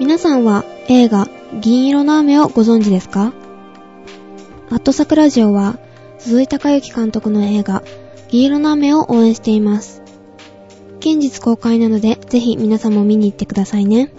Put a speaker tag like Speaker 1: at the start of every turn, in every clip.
Speaker 1: 皆さんは映画銀色の雨をご存知ですかアットサクラジオは鈴井隆之監督の映画銀色の雨を応援しています。近日公開なのでぜひ皆さんも見に行ってくださいね。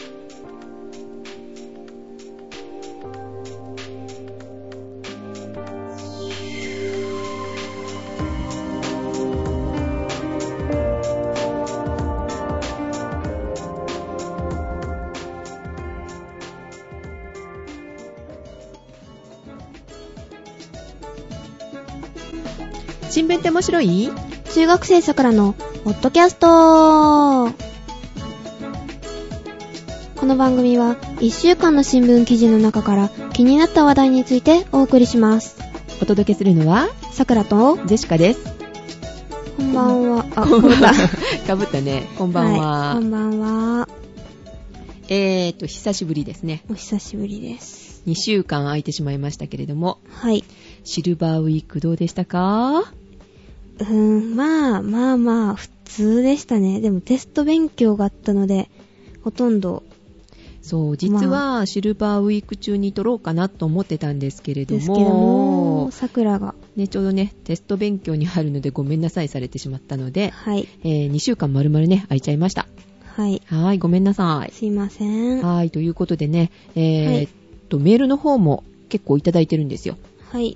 Speaker 2: 新聞って面白い
Speaker 1: 中学生さくらのポッドキャストこの番組は1週間の新聞記事の中から気になった話題についてお送りします。
Speaker 2: お届けするのは、
Speaker 1: さくらと、
Speaker 2: ジェシカです。
Speaker 1: こんばんは。あ、
Speaker 2: こ
Speaker 1: こ
Speaker 2: ん
Speaker 1: ん
Speaker 2: ば
Speaker 1: ば
Speaker 2: ん
Speaker 1: ん
Speaker 2: は
Speaker 1: は。。
Speaker 2: かぶったね。こんばんは。
Speaker 1: いこんばんは。
Speaker 2: えーと、久しぶりですね。
Speaker 1: お久しぶりです。
Speaker 2: 2週間空いてしまいましたけれども、
Speaker 1: はい。
Speaker 2: シルバーウィークどうでしたか
Speaker 1: うーん、まあまあまあ、普通でしたね。でもテスト勉強があったので、ほとんど
Speaker 2: そう、実はシルバーウィーク中に撮ろうかなと思ってたんですけれど
Speaker 1: ですけど
Speaker 2: も
Speaker 1: も、、さくらが、
Speaker 2: ね、ちょうどね、テスト勉強に入るのでご めんなさいされてしまったので、
Speaker 1: はい、
Speaker 2: え2週間丸々ね、空いちゃいました。
Speaker 1: はい、
Speaker 2: はーい、ごめんなさい。
Speaker 1: すいません。は
Speaker 2: はい、ということでね、えー
Speaker 1: はい
Speaker 2: と、メールの方も結構いただいてるんですよ。
Speaker 1: い、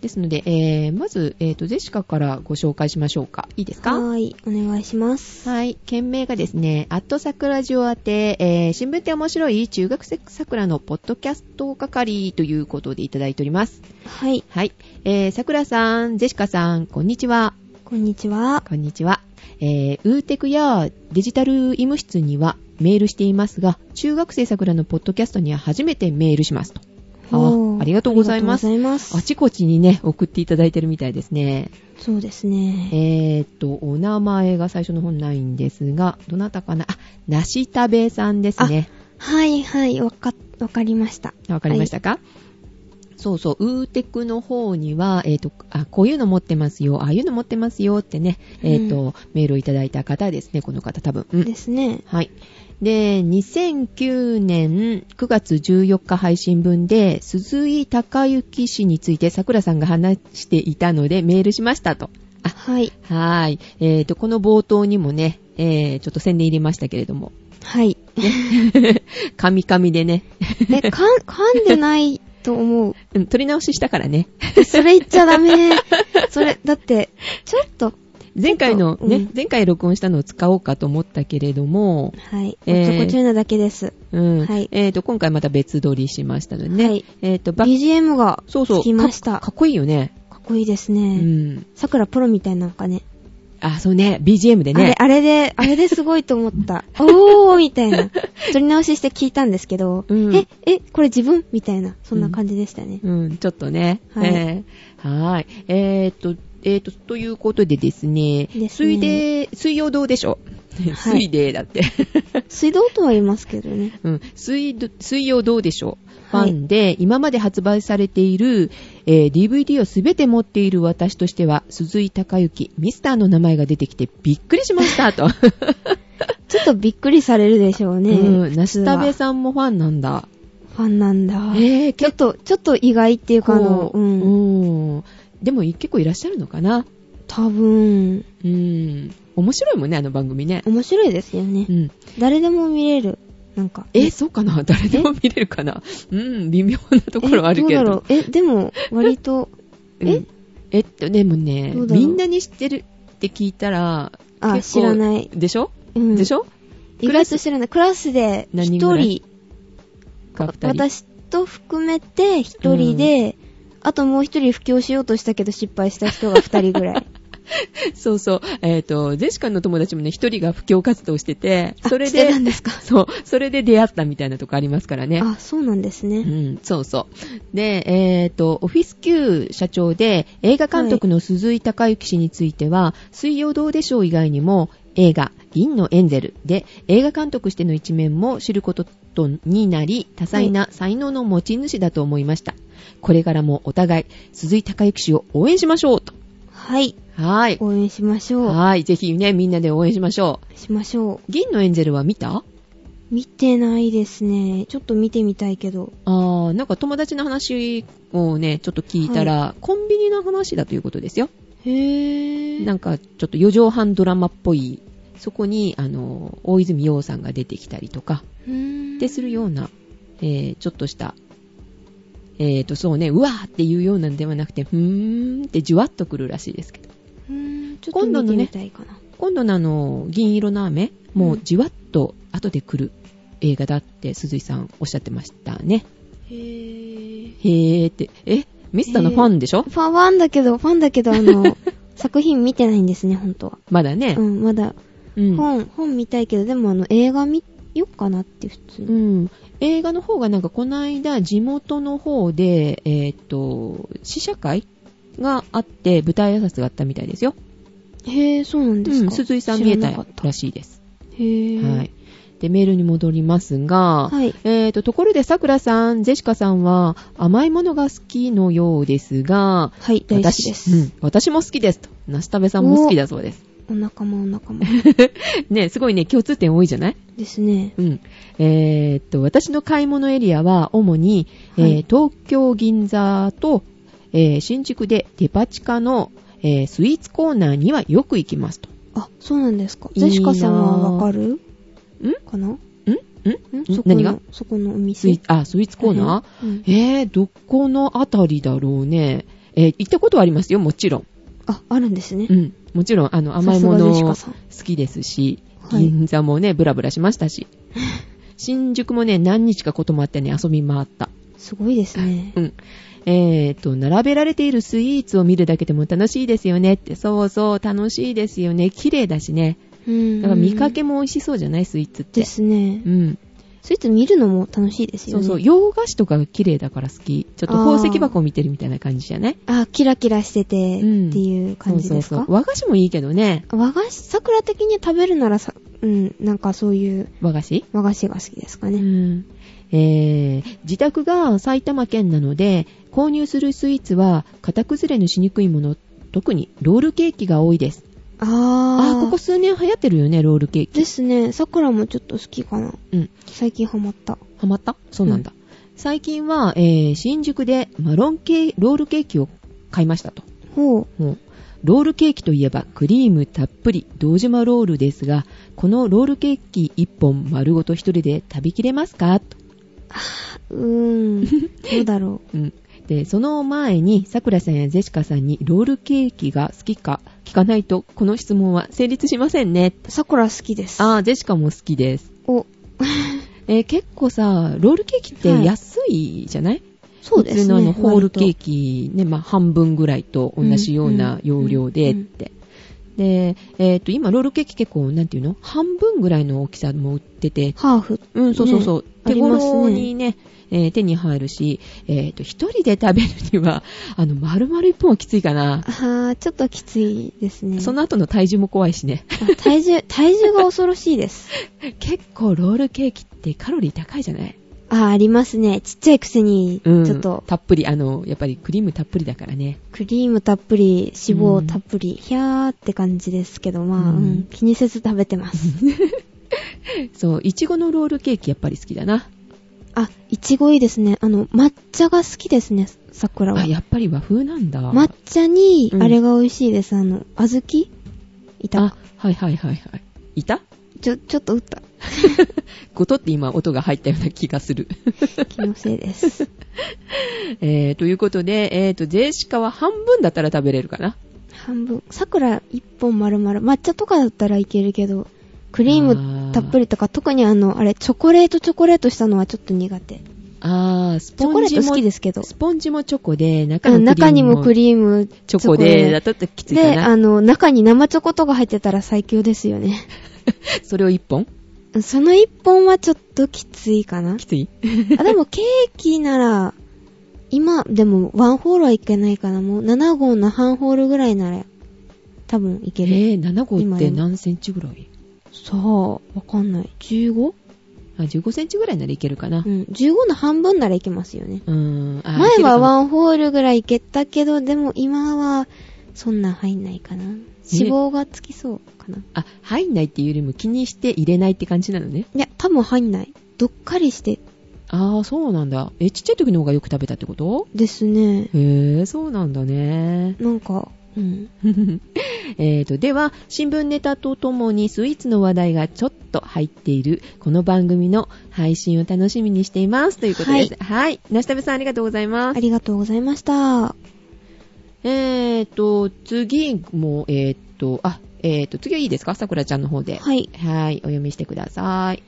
Speaker 2: ですので、えーまず、えーと、ジェシカからご紹介しましょうか。いいですか
Speaker 1: はーい、お願いします。
Speaker 2: はい。件名がですね、アット桜ジオ宛て、えー新聞って面白い中学生桜のポッドキャスト係ということでいただいております。
Speaker 1: はい、
Speaker 2: はい。えー、桜さん、ジェシカさん、こんにちは。
Speaker 1: こんにちは。
Speaker 2: こんにちは。えー、ウーテクやデジタル医務室にはメールしていますが、中学生桜のポッドキャストには初めてメールしますと。
Speaker 1: お
Speaker 2: あ
Speaker 1: ー
Speaker 2: ありがとうございます
Speaker 1: あ。りがとうございます
Speaker 2: あちこちにね、送っていただいてるみたいですね。
Speaker 1: そうですね。
Speaker 2: えー、っと、お名前が最初の本ないんですが、どなたかなあ、なしたべさんですね。
Speaker 1: はい、はい、わか、わかりました。
Speaker 2: わかりましたか、そうそう、ウーテクの方には、えーっと、あ、こういうの持ってますよ、ああいうの持ってますよってね、えーっと、メールをいただいた方ですね、この方多分。うん
Speaker 1: ですね。
Speaker 2: はい。で、2009年9月14日配信分で、鈴井隆之氏について桜さんが話していたのでメールしましたと。あ、
Speaker 1: はい、
Speaker 2: はーい。えーと、この冒頭にもね、えー、ちょっと宣伝入れましたけれども、
Speaker 1: はい。
Speaker 2: カミカミでね、
Speaker 1: え、かん、 噛んでないと思う。
Speaker 2: うん取り直ししたからね、
Speaker 1: それ言っちゃダ メ。それ、だって、ちょっと、
Speaker 2: 前回のね、
Speaker 1: うん
Speaker 2: 前回録音したのを使おうかと思ったけれども、
Speaker 1: はい。
Speaker 2: えー
Speaker 1: おっとこちょいなだけです。
Speaker 2: うん。
Speaker 1: はい
Speaker 2: えーと、今回また別撮りしましたのでね、
Speaker 1: はい
Speaker 2: えーと、バック、
Speaker 1: BGM が
Speaker 2: そうそう
Speaker 1: つきました。
Speaker 2: か
Speaker 1: か
Speaker 2: っこいいよね。
Speaker 1: っこいいです
Speaker 2: う
Speaker 1: ね。
Speaker 2: ん。
Speaker 1: さくらプロみたいなのかね。
Speaker 2: あ、そうね、BGM でね。
Speaker 1: あれ、あれで、あれですごいと思 った。おーみたいな。撮り直しして聞いたんですけど、
Speaker 2: うん
Speaker 1: え、え、これ自分みたいな、そんな感じでしたね。
Speaker 2: うん、ちょっとね。
Speaker 1: はい
Speaker 2: えーはーい。えー、っと、えー、っと、ということでですね、
Speaker 1: ですね
Speaker 2: 水で、水曜どうでしょう、
Speaker 1: はい
Speaker 2: 水でだって。
Speaker 1: 水道とは言いますけどね。
Speaker 2: うん、水ど、水曜どうでしょう、
Speaker 1: はい
Speaker 2: ファンで、今まで発売されている、えー DVD をすべて持っている私としては、鈴井隆之、ミスターの名前が出てきてびっくりしまし た、と。
Speaker 1: ちょっとびっくりされるでしょうね。
Speaker 2: うん、な
Speaker 1: 梨
Speaker 2: したべさんもファンなんだ。
Speaker 1: ファンなんだ。
Speaker 2: えー、
Speaker 1: ちょっと、ちょっと意外っていうか、あの、
Speaker 2: こう
Speaker 1: うん。
Speaker 2: うん。でも結構いらっしゃるのかな
Speaker 1: 多分、
Speaker 2: うん。面白いもんね、あの番組ね。
Speaker 1: 面白いですよね
Speaker 2: う。ん。
Speaker 1: 誰でも見れる。なんか。
Speaker 2: え、そうかな誰でも見れるかなうん、微妙なところはあるけれ
Speaker 1: えど
Speaker 2: ど
Speaker 1: う。だろうえで も割と
Speaker 2: うん
Speaker 1: え
Speaker 2: えっと、でもね、
Speaker 1: どうだろう
Speaker 2: みんなに知ってるって聞いたら、
Speaker 1: あ
Speaker 2: 結構
Speaker 1: 知らない、
Speaker 2: でしょ、
Speaker 1: うん、
Speaker 2: でしょ
Speaker 1: 意外と知らないクラスで一
Speaker 2: 何人ぐらい
Speaker 1: 人
Speaker 2: か二人。
Speaker 1: 私と含めて一人で、あともう一人布教しようとしたけど失敗した人が二人ぐ らい
Speaker 2: そうそう。えっ、と、ジェシカの友達もね、一人が布教活動してて、
Speaker 1: あ
Speaker 2: それ
Speaker 1: して
Speaker 2: で
Speaker 1: た、んですか
Speaker 2: そう、それで出会ったみたいなとこありますからね。
Speaker 1: あそうなんですね、
Speaker 2: うん、そうそう。で、えっ、と、オフィス Q 社長で映画監督の鈴井隆之氏については、水曜どうでしょう以外にも映画、銀のエンゼルで映画監督しての一面も知ることとになり、多彩な才能の持ち主だと思いました。これからもお互い、鈴井隆之氏を応援しましょうと。
Speaker 1: はい
Speaker 2: はーい。
Speaker 1: 応援しましょう
Speaker 2: はーい。ぜひね、みんなで応援しましょ
Speaker 1: しましょ
Speaker 2: う。銀のエンゼルは見た
Speaker 1: う見てないですね。ちょっと見てみたいけど。
Speaker 2: あー、なんか友達の話をね、ちょっと聞いたら、コンビニの話だということですよ。
Speaker 1: へぇ
Speaker 2: なんかちょっと4畳半ドラマっぽい、そこに、あの、大泉洋さんが出てきたりとか、でするような、えー、ちょっとした、えーと、そうね、うわーっていうようなんではなくて、ふーんってじわっとくるらしいですけど。
Speaker 1: うん。ちょっ
Speaker 2: 今度
Speaker 1: と見て
Speaker 2: のね
Speaker 1: みたいかな。
Speaker 2: 今度のあの、銀色の雨、もううんじわっと後で来る映画だって鈴井さんおっしゃってましたね。
Speaker 1: へぇ
Speaker 2: へーって、え、ミスターのファンでしょ
Speaker 1: ファファンだけど、ファンだけど、あ の、作品見てないんですね、本当は。
Speaker 2: まだね
Speaker 1: う。ん、まだ。
Speaker 2: うん。
Speaker 1: 本、本見たいけど、でもあの、映画見よっかなって普通
Speaker 2: う
Speaker 1: に。
Speaker 2: ん、映画の方がなんかこの間地元の方で、えーっと試写会があって舞台挨拶があったみたいですよ、
Speaker 1: へぇそうなん
Speaker 2: う
Speaker 1: ですか。
Speaker 2: ん、鈴井さん
Speaker 1: 知
Speaker 2: 見え
Speaker 1: ら
Speaker 2: た
Speaker 1: なかっ
Speaker 2: らしいです、
Speaker 1: へぇ
Speaker 2: はい、でメールに戻りますが、
Speaker 1: はい。
Speaker 2: えーっとところでさくらさんジェシカさんは甘いものが好きのようですが
Speaker 1: はい、大好きで
Speaker 2: 私,、う
Speaker 1: す
Speaker 2: ん。、私も好きですと梨食べさんも好きだそうです
Speaker 1: お仲間、お仲間。
Speaker 2: ねすごいね共通点多いじゃない
Speaker 1: です ね。
Speaker 2: うん。えーっと、私の買い物エリアは主に、
Speaker 1: はい
Speaker 2: えー東京銀座と、えー新宿でデパ地下の、えースイーツコーナーにはよく行きますと。
Speaker 1: あ、そうなんですか。
Speaker 2: いいな
Speaker 1: ゼ
Speaker 2: ぁ
Speaker 1: シカさんはわかるかなん
Speaker 2: ん
Speaker 1: ん
Speaker 2: ん
Speaker 1: そこ
Speaker 2: 何が
Speaker 1: の、そこのお
Speaker 2: ス
Speaker 1: 店
Speaker 2: イー。ツ、あ、スイーツコーナ
Speaker 1: ー、うん
Speaker 2: ー、えー、どこのあたりだろうね。えー行ったことはありますよ、もちろん。
Speaker 1: あ、あるんですね
Speaker 2: う。ん。もちろん、あの、甘いも
Speaker 1: さすが
Speaker 2: の
Speaker 1: ジェシカさん
Speaker 2: 好きですし、
Speaker 1: はい
Speaker 2: 銀座もね、ブラブラしまし たし。新宿もね、何日かこともあってね、遊び回った。
Speaker 1: すごいですね
Speaker 2: う。ん。えー、と、並べられているスイーツを見るだけでも楽しいですよねって。そうそう、楽しいですよね。綺麗だしね。
Speaker 1: うん
Speaker 2: だから見かけも美味しそうじゃないスイーツって。
Speaker 1: ですね
Speaker 2: う。ん。
Speaker 1: スイーツ見るのも楽しいです
Speaker 2: そ
Speaker 1: よ
Speaker 2: う
Speaker 1: ね。
Speaker 2: そう、洋菓子とかが綺麗だから好き。ちょっと宝石箱を見てるみたいな感じじゃない
Speaker 1: あ、キラキラしててって
Speaker 2: うん
Speaker 1: いう感じです
Speaker 2: そう
Speaker 1: か
Speaker 2: そうそう。和菓子もいいけどね。
Speaker 1: 和菓子、桜的に食べるならさ、うん、なんかそういう
Speaker 2: 和菓子
Speaker 1: 和菓子が好きですか
Speaker 2: う
Speaker 1: ね。
Speaker 2: ん。えー、自宅が埼玉県なので、購入するスイーツは型崩れのしにくいもの、特にロールケーキが多いです。
Speaker 1: あ
Speaker 2: あ
Speaker 1: ー、
Speaker 2: あ、ここ数年流行ってるよね、ロールケーキ。
Speaker 1: ですね。桜もちょっと好きかな。
Speaker 2: うん。
Speaker 1: 最近ハマった。
Speaker 2: ハマったそうなんだ。最近は、えー新宿でマロンケーロールケーキを買いましたと。
Speaker 1: ほう。
Speaker 2: もうロールケーキといえばクリームたっぷり堂島ロールですが、このロールケーキ1本丸ごと1人で食べきれますかと。
Speaker 1: う ーん。どうだろ
Speaker 2: うん。で、その前に、さくらさんやジェシカさんにロールケーキが好きか聞かないと、この質問は成立しませんね。
Speaker 1: う。桜好きです。
Speaker 2: あー、ジェシカも好きです。
Speaker 1: お、
Speaker 2: えー結構さ、ロールケーキって安いじゃない
Speaker 1: そうですね。
Speaker 2: 普通のあのホールケー
Speaker 1: キ。
Speaker 2: キ、ね、まあ、半分ぐらいと同じような容量でっ
Speaker 1: うんうん
Speaker 2: て。で、えっ、と、今、ロールケーキ結構、なんていうの半分ぐらいの大きさも売ってて、
Speaker 1: ハーフ。
Speaker 2: うん、そうそうそう。
Speaker 1: ね
Speaker 2: 手頃にね、えー手に入るし、えっ、と、一人で食べるには、 あの、丸々一本はきついかな
Speaker 1: あ。ー、ちょっときついですね。
Speaker 2: その後の体重も怖いしね。
Speaker 1: あ体重、体重が恐ろしいです。
Speaker 2: 結構、ロールケーキってカロリー高いじゃない
Speaker 1: あー、ありますね。ちっちゃいくせに、ち
Speaker 2: うん。
Speaker 1: ょっと、
Speaker 2: たっぷり、あの、やっぱりクリームたっぷりだからね。
Speaker 1: クリームたっぷり、脂肪たっぷり、ひゃーって感じですけど、まあ、
Speaker 2: う
Speaker 1: うんん、気にせず食べて ます。
Speaker 2: そう、いちごのロールケーキやっぱり好きだな。
Speaker 1: あ、いちごいいですね。あの、抹茶が好きですね、桜は
Speaker 2: あ、。やっぱり和風なんだ。
Speaker 1: 抹茶に
Speaker 2: う、ん
Speaker 1: あれが美味しいです。あの、小豆いた
Speaker 2: あ。、はいはいはいはい。いた
Speaker 1: ちょ、ちょっと打った。
Speaker 2: ことって今音が入ったような気がする。
Speaker 1: 気のせいです。
Speaker 2: えー、ということで、えーと、ジェシカは半分だったら食べれるかな。
Speaker 1: 半分。桜一本丸々。抹茶とかだったらいけるけど、クリームたっぷりとか、特にあの、あれ、チョコレートチョコレートしたのはちょっと苦手。チ
Speaker 2: あー、ス
Speaker 1: ョ
Speaker 2: ポ
Speaker 1: コ
Speaker 2: ン
Speaker 1: レー
Speaker 2: ジ
Speaker 1: ト好
Speaker 2: も
Speaker 1: き、ですけど。
Speaker 2: スポンジもチョコで、中
Speaker 1: う
Speaker 2: のク
Speaker 1: ん
Speaker 2: リームも
Speaker 1: 中にもクリーム、
Speaker 2: チョコで、だときついか
Speaker 1: で、
Speaker 2: な
Speaker 1: あ。の、中に生チョコとか入ってたら最強ですよね。
Speaker 2: それを一本
Speaker 1: その一本はちょっときついかな
Speaker 2: き。つい
Speaker 1: あ、で もケーキなら、今、でもワンホールはいけないかな。もう7号の半ホールぐらいなら、多分い
Speaker 2: え
Speaker 1: ける。
Speaker 2: ー、7号っ
Speaker 1: 今
Speaker 2: て
Speaker 1: 今
Speaker 2: 何センチぐらい
Speaker 1: さあ、わかんない。15?
Speaker 2: あ、15センチぐらいならいけるかな
Speaker 1: う。ん。15の半分ならいけますよね。
Speaker 2: うーん。あーいけ
Speaker 1: 前
Speaker 2: るか
Speaker 1: は
Speaker 2: も
Speaker 1: ワンホールぐらいいけたけど、でも今はそんなん入んないかな。脂肪がつきそうかな。
Speaker 2: あ、入んないっていうよりも気にして入れないって感じなのね。
Speaker 1: いや、多分入んない。どっかりして
Speaker 2: ああ、そうなんだ。え、ちっちゃい時の方がよく食べたってこと
Speaker 1: ですね。
Speaker 2: へえ、そうなんだね。
Speaker 1: なんか、うん。
Speaker 2: えーと、では、新聞ネタとともにスイーツの話題がちょっと入っている、この番組の配信を楽しみにしています。ということです。はい。なしたべさんありがとうございます
Speaker 1: あ。りがとうございました。
Speaker 2: えーと、次も、えーと、あ、えーと、次はいいですかさくらちゃんの方で。
Speaker 1: はい。
Speaker 2: はい。お読みしてください。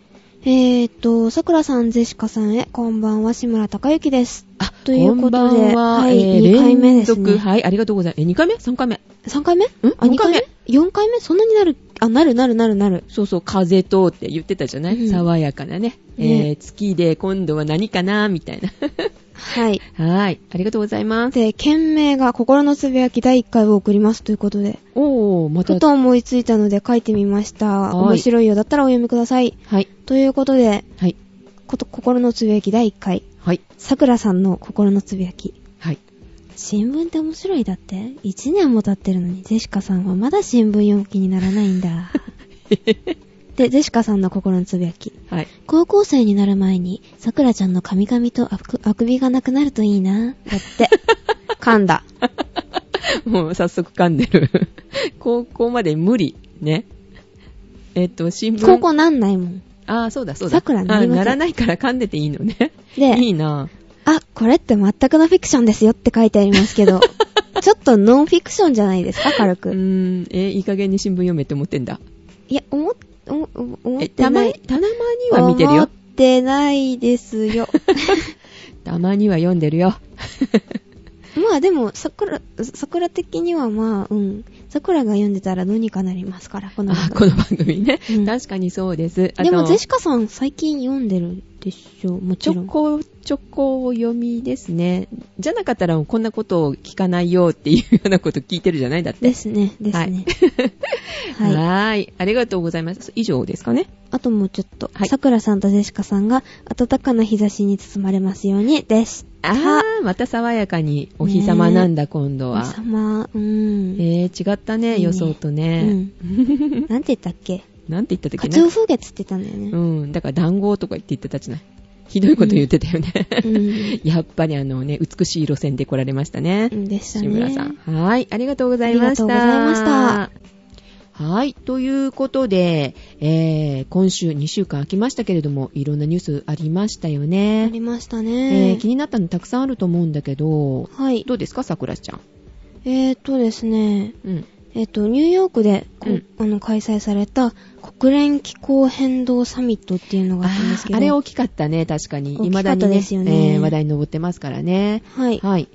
Speaker 1: えーと、さくらさん、ゼシカさんへ、こんばんは、志村貴之です。
Speaker 2: あ、
Speaker 1: ということで
Speaker 2: こんばんは。
Speaker 1: はい
Speaker 2: えー
Speaker 1: 二回目ですね
Speaker 2: 連続はい。ありがとうございます。え、2回目 ?3 回目
Speaker 1: 3回目ん
Speaker 2: あ二回目
Speaker 1: ?4 回目そんなになるあ、なるなるなるなる。
Speaker 2: そうそう、風とって言ってたじゃない、
Speaker 1: うん
Speaker 2: 爽やかなね。
Speaker 1: ね
Speaker 2: えー月で今度は何かなみたいな。
Speaker 1: はい。
Speaker 2: はい。ありがとうございます。
Speaker 1: で、件名が心のつぶやき第1回を送りますということで、
Speaker 2: おー、また
Speaker 1: ふ。と思いついたので書いてみました。
Speaker 2: はい
Speaker 1: 面白いようだったらお読みください。
Speaker 2: はい。
Speaker 1: ということで、
Speaker 2: はい。
Speaker 1: こと心のつぶやき第1回、
Speaker 2: はい。
Speaker 1: さくらさんの心のつぶやき。
Speaker 2: はい。
Speaker 1: 新聞って面白いだって ?1 年も経ってるのにゼシカさんはまだ新聞読む気にならないん だ。で、ゼシカさんの心のつぶやき。
Speaker 2: はい。
Speaker 1: 高校生になる前に、さくらちゃんの髪髪とあくあくびがなくなるといいな。だ って。噛んだ。
Speaker 2: もう早速噛んでる。 高校まで無理。ね。えっと、新聞。
Speaker 1: 高校なんないもん。
Speaker 2: ああ、そうだ、そうだ。
Speaker 1: 桜になりません
Speaker 2: あーならないから噛んでていいのね。
Speaker 1: で
Speaker 2: いいな
Speaker 1: あ、これって全くのフィクションですよって書いてあります けど、ちょっとノンフィクションじゃないですか、軽
Speaker 2: う
Speaker 1: く。
Speaker 2: ーん、えーいい加減に新聞読めって思ってんだ。
Speaker 1: いや、思っ、思思っ
Speaker 2: え、
Speaker 1: て
Speaker 2: たま
Speaker 1: な
Speaker 2: に、
Speaker 1: い。
Speaker 2: たまには見てる
Speaker 1: 思
Speaker 2: よ
Speaker 1: っ。てないですよ。
Speaker 2: たまには読んでるよ。
Speaker 1: まあでも、桜、桜的にはまあ、うん。桜が読んでたらどうにかなりますから、この
Speaker 2: あ
Speaker 1: 番
Speaker 2: こ
Speaker 1: 組。
Speaker 2: の番組ね、
Speaker 1: うん
Speaker 2: 確かにそうです。あ
Speaker 1: で
Speaker 2: と
Speaker 1: も、ゼシカさん最近読んでるでしょ、も
Speaker 2: ち
Speaker 1: ちろ
Speaker 2: ょ
Speaker 1: ん。
Speaker 2: こちょこを読みですね。じゃなかったらこんなことを聞かないよっていうようなこと聞いてるじゃないだって。
Speaker 1: ですね、ですね。 はい。
Speaker 2: はーいありがとうございます。以上ですかね。
Speaker 1: あともうちょっと、
Speaker 2: はい
Speaker 1: さくらさんとジェシカさんが暖かな日差しに包まれますようにでした。
Speaker 2: あー、また爽やかにお日様なんだ、今度
Speaker 1: お
Speaker 2: は。
Speaker 1: 日様、うん。
Speaker 2: えー、違ったね、
Speaker 1: いいね
Speaker 2: 予想とね。
Speaker 1: なんて言ったっけ
Speaker 2: なんて言った時
Speaker 1: カツオ
Speaker 2: ね。
Speaker 1: 風月って言ったんだよ
Speaker 2: う
Speaker 1: ね。
Speaker 2: ん、だから団子とか言って言ってたじゃない。ひどいこと言ってたよね。
Speaker 1: うん。
Speaker 2: やっぱりあのね、美しい路線で来られましたね。
Speaker 1: うん、でしたね。
Speaker 2: 志村さん。。はい。ありがとうございました。
Speaker 1: ありがとうございま
Speaker 2: はい。ということで、えー、今週2週間空きましたけれども、いろんなニュースありましたよ
Speaker 1: あ
Speaker 2: ね。
Speaker 1: りました
Speaker 2: え
Speaker 1: ね。
Speaker 2: ー気になったのたくさんあると思うんだけど、
Speaker 1: はい。
Speaker 2: どうですか、さくらちゃん。
Speaker 1: えーとですね、
Speaker 2: うん。
Speaker 1: えっ、と、ニューヨークで、こ
Speaker 2: うん
Speaker 1: あの開催された国連気候変動サミットっていうのがあったんですけ
Speaker 2: ー
Speaker 1: ど、
Speaker 2: あれ大きかったね、確かに。
Speaker 1: 大きか
Speaker 2: 未
Speaker 1: っ
Speaker 2: だ
Speaker 1: た
Speaker 2: にね、
Speaker 1: ですよね
Speaker 2: えー話題に上ってますからね。
Speaker 1: はい。
Speaker 2: はい。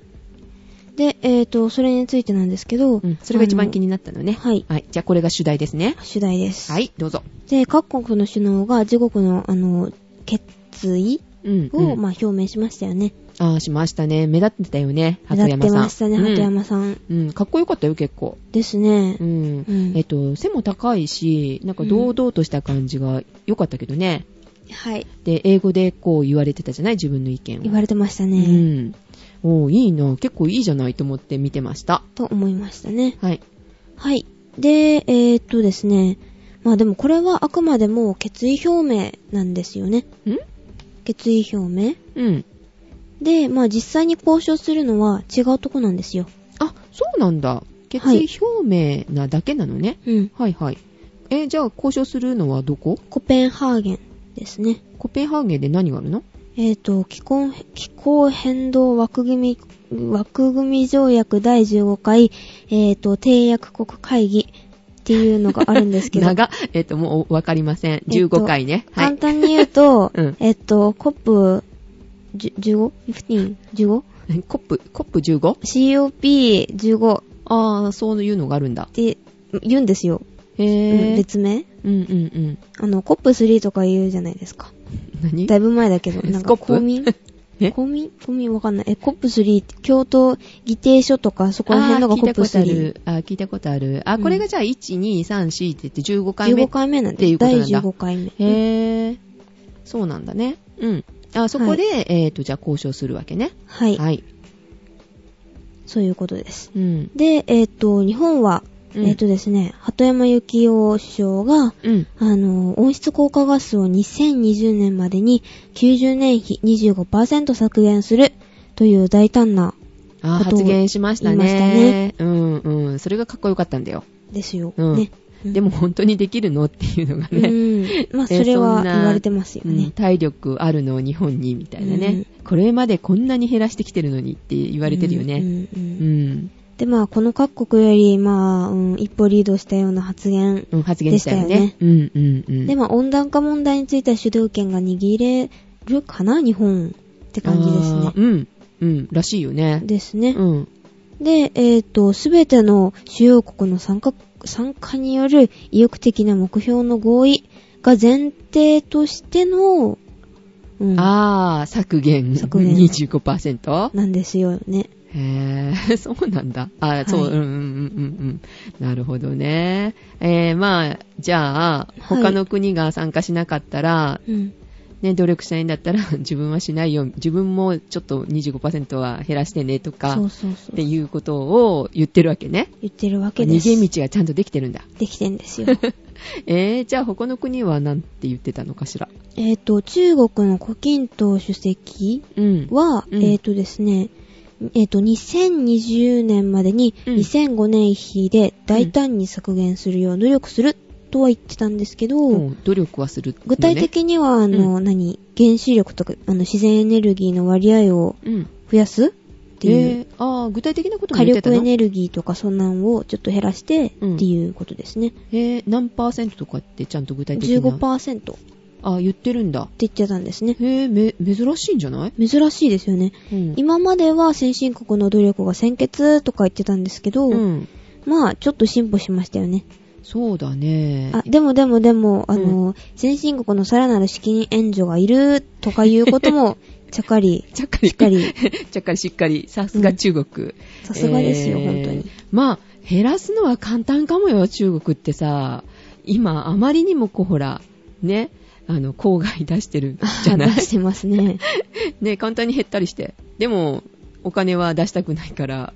Speaker 1: で、えっ、と、それについてなんですけど、
Speaker 2: うん。それが一番気になったのね。
Speaker 1: あのはい
Speaker 2: はい。じゃあ、これが主題ですね。
Speaker 1: 主題です。
Speaker 2: はい、どうぞ。
Speaker 1: で、各国の首脳が自国の、あの、決意
Speaker 2: うん、
Speaker 1: を、
Speaker 2: うん
Speaker 1: まあ、表明しましたよね。
Speaker 2: ああ、しましたね。目立ってたよね、
Speaker 1: 目
Speaker 2: 初
Speaker 1: 立っ
Speaker 2: 山
Speaker 1: て
Speaker 2: さん。
Speaker 1: ましたね、鳩山さん。
Speaker 2: うん。うん、かっこよかったよ、結構。
Speaker 1: ですね
Speaker 2: う。ん。
Speaker 1: うん
Speaker 2: えっと、背も高いし、なんか堂々とした感じが良かったけどね。
Speaker 1: はい。
Speaker 2: で、英語でこう言われてたじゃない自分の意見を。
Speaker 1: 言われてましたね。
Speaker 2: うん。おーいいな。結構いいじゃないと思って見てました。
Speaker 1: と思いましたね。
Speaker 2: はい。
Speaker 1: はい。で、えー、っとですね。まあでもこれはあくまでも決意表明なんですよね。
Speaker 2: ん
Speaker 1: 決意表明
Speaker 2: うん。
Speaker 1: で、まあ実際に交渉するのは違うとこなんですよ。
Speaker 2: あ、そうなんだ。決意表明なだけなのね。
Speaker 1: うん。
Speaker 2: はい、はい、えーじゃあ交渉するのはどこ
Speaker 1: コペンハーゲンですね。
Speaker 2: コペンハーゲンで何があるの
Speaker 1: えー、っと、気候、気候変動枠組み、枠組み条約第15回、えー、っと、締約国会議っていうのがあるんですけど。
Speaker 2: 長。えっ、と、もうわかりません。
Speaker 1: えっと
Speaker 2: 15回ね。は
Speaker 1: 簡
Speaker 2: い。、
Speaker 1: 単に言うと
Speaker 2: うん
Speaker 1: えっと、コップ 15?15?15?COP15
Speaker 2: コップ、コップ 15?
Speaker 1: っ
Speaker 2: ああ、そういうのがあるんだ。
Speaker 1: て言うんですよ。
Speaker 2: へ
Speaker 1: うん
Speaker 2: え。
Speaker 1: 別名
Speaker 2: うんうんうん。
Speaker 1: あの、コップ3とか言うじゃないですか。
Speaker 2: 何
Speaker 1: だいぶ前だけど、なんか
Speaker 2: スコップ
Speaker 1: 公民
Speaker 2: え
Speaker 1: 公民公民わかんない。え、コップ3って、京都議定書とか、そこら辺のがコップ3。
Speaker 2: あー聞いたことある。あー、聞いたことある。あ、
Speaker 1: うん
Speaker 2: これがじゃあ、1、2、3、4って言って15回目。
Speaker 1: 15回目なん
Speaker 2: って
Speaker 1: で
Speaker 2: いう
Speaker 1: す。
Speaker 2: ことな
Speaker 1: 第
Speaker 2: んだ
Speaker 1: 15回目。
Speaker 2: へえ。そうなんだね。うん。あ、そこで、えっ、と、じゃあ交渉するわけね。
Speaker 1: はい。
Speaker 2: はい。
Speaker 1: そういうことです。
Speaker 2: うん。
Speaker 1: で、えっ、と、日本は、
Speaker 2: うん
Speaker 1: えっ、とですね、鳩山幸夫首相が、
Speaker 2: うん。
Speaker 1: あの、温室効果ガスを2020年までに90年比25%削減するという大胆な
Speaker 2: あー
Speaker 1: ことを
Speaker 2: 発言しました
Speaker 1: 言いました
Speaker 2: ね
Speaker 1: ね。
Speaker 2: うんうん。それがかっこよかったんだよ。
Speaker 1: ですよ。
Speaker 2: うん
Speaker 1: ね。
Speaker 2: でも本当にできるのっていうのが
Speaker 1: うん、
Speaker 2: ね。
Speaker 1: うん。まあ、
Speaker 2: え
Speaker 1: それ
Speaker 2: そ
Speaker 1: は
Speaker 2: んな
Speaker 1: 言われてますよ
Speaker 2: うん
Speaker 1: ね。
Speaker 2: 体力あるのを日本にみたいなね、これまでこんなに減らしてきてるのにって言われてるよね。
Speaker 1: うんうん
Speaker 2: うん。うん
Speaker 1: で、まあ、この各国より、まあ、うん、一歩リードしたような発言。
Speaker 2: 発言した
Speaker 1: で
Speaker 2: よね
Speaker 1: し。
Speaker 2: うんうんうん。
Speaker 1: で、まあ、温暖化問題については主導権が握れるかな、日本って感じです
Speaker 2: あ
Speaker 1: ね
Speaker 2: ー。うん。うん。らしいよね。
Speaker 1: ですね。
Speaker 2: うん。
Speaker 1: で、えっ、と、すべての主要国の参加、参加による意欲的な目標の合意が前提としての、うん、
Speaker 2: ああ、削減
Speaker 1: 削減
Speaker 2: 25%?
Speaker 1: なんですよね。
Speaker 2: へえ、 そうなんだ。あ、
Speaker 1: はい
Speaker 2: そう、うんうんうんうんうん。なるほどね。えー、まあ、じゃあ、他の国が参加しなかったら、
Speaker 1: うん。
Speaker 2: ね、努力しないんだったら 自分はしないよ。自分もちょっと25%は減らしてねとか、
Speaker 1: そう
Speaker 2: っ
Speaker 1: そうそう。
Speaker 2: て
Speaker 1: 言
Speaker 2: いうことを言ってるわけね。
Speaker 1: ってるわけ
Speaker 2: 逃
Speaker 1: です。
Speaker 2: げ道がちゃんとできてるんだ。
Speaker 1: できてんですよ。
Speaker 2: えー、じゃあ他の国はなんて言ってたのかしら。
Speaker 1: えっと、中国の胡錦涛主席
Speaker 2: うん。
Speaker 1: は、
Speaker 2: うん
Speaker 1: えっとですね、えっと、2020年までに
Speaker 2: うん
Speaker 1: 2005年比で大胆に削減するよう努力するとは言ってたんですけど、
Speaker 2: もう努力はする、ね。
Speaker 1: 具体的には、あの、何、原子力とか、あの、自然エネルギーの割合を
Speaker 2: うん。
Speaker 1: 増やすってい
Speaker 2: え
Speaker 1: う、
Speaker 2: ー、ああ、具体的なことも
Speaker 1: 火
Speaker 2: 言ってた
Speaker 1: 力
Speaker 2: の
Speaker 1: エネルギーとかそんなんをちょっと減らしてって
Speaker 2: うん
Speaker 1: いうことですね。
Speaker 2: えー、何パーセントとかってちゃんと具体的な。
Speaker 1: 15%って
Speaker 2: あー言ってるんだ。
Speaker 1: 言ってたんですね。
Speaker 2: へえ、め、珍しいんじゃない
Speaker 1: 珍しいですよね。
Speaker 2: うん。
Speaker 1: 今までは先進国の努力が先決とか言ってたんですけど、
Speaker 2: うん。
Speaker 1: まあちょっと進歩しましたよね。
Speaker 2: そうだね。
Speaker 1: あ、でもでもでも、あの、先進国のさらなる資金援助がいるとかいうこと も、ちゃかり、
Speaker 2: ちゃっかり。
Speaker 1: しっかり。
Speaker 2: ちゃっかりしっかり。さすが中国。
Speaker 1: さすがですよ、
Speaker 2: えー
Speaker 1: 本当に。
Speaker 2: まあ、減らすのは簡単かもよ、中国ってさ。今、あまりにもこう、ほら、ね、あの、郊外出してるじゃない
Speaker 1: 出してますね。
Speaker 2: ね、簡単に減ったりして。でも、お金は出したくないから、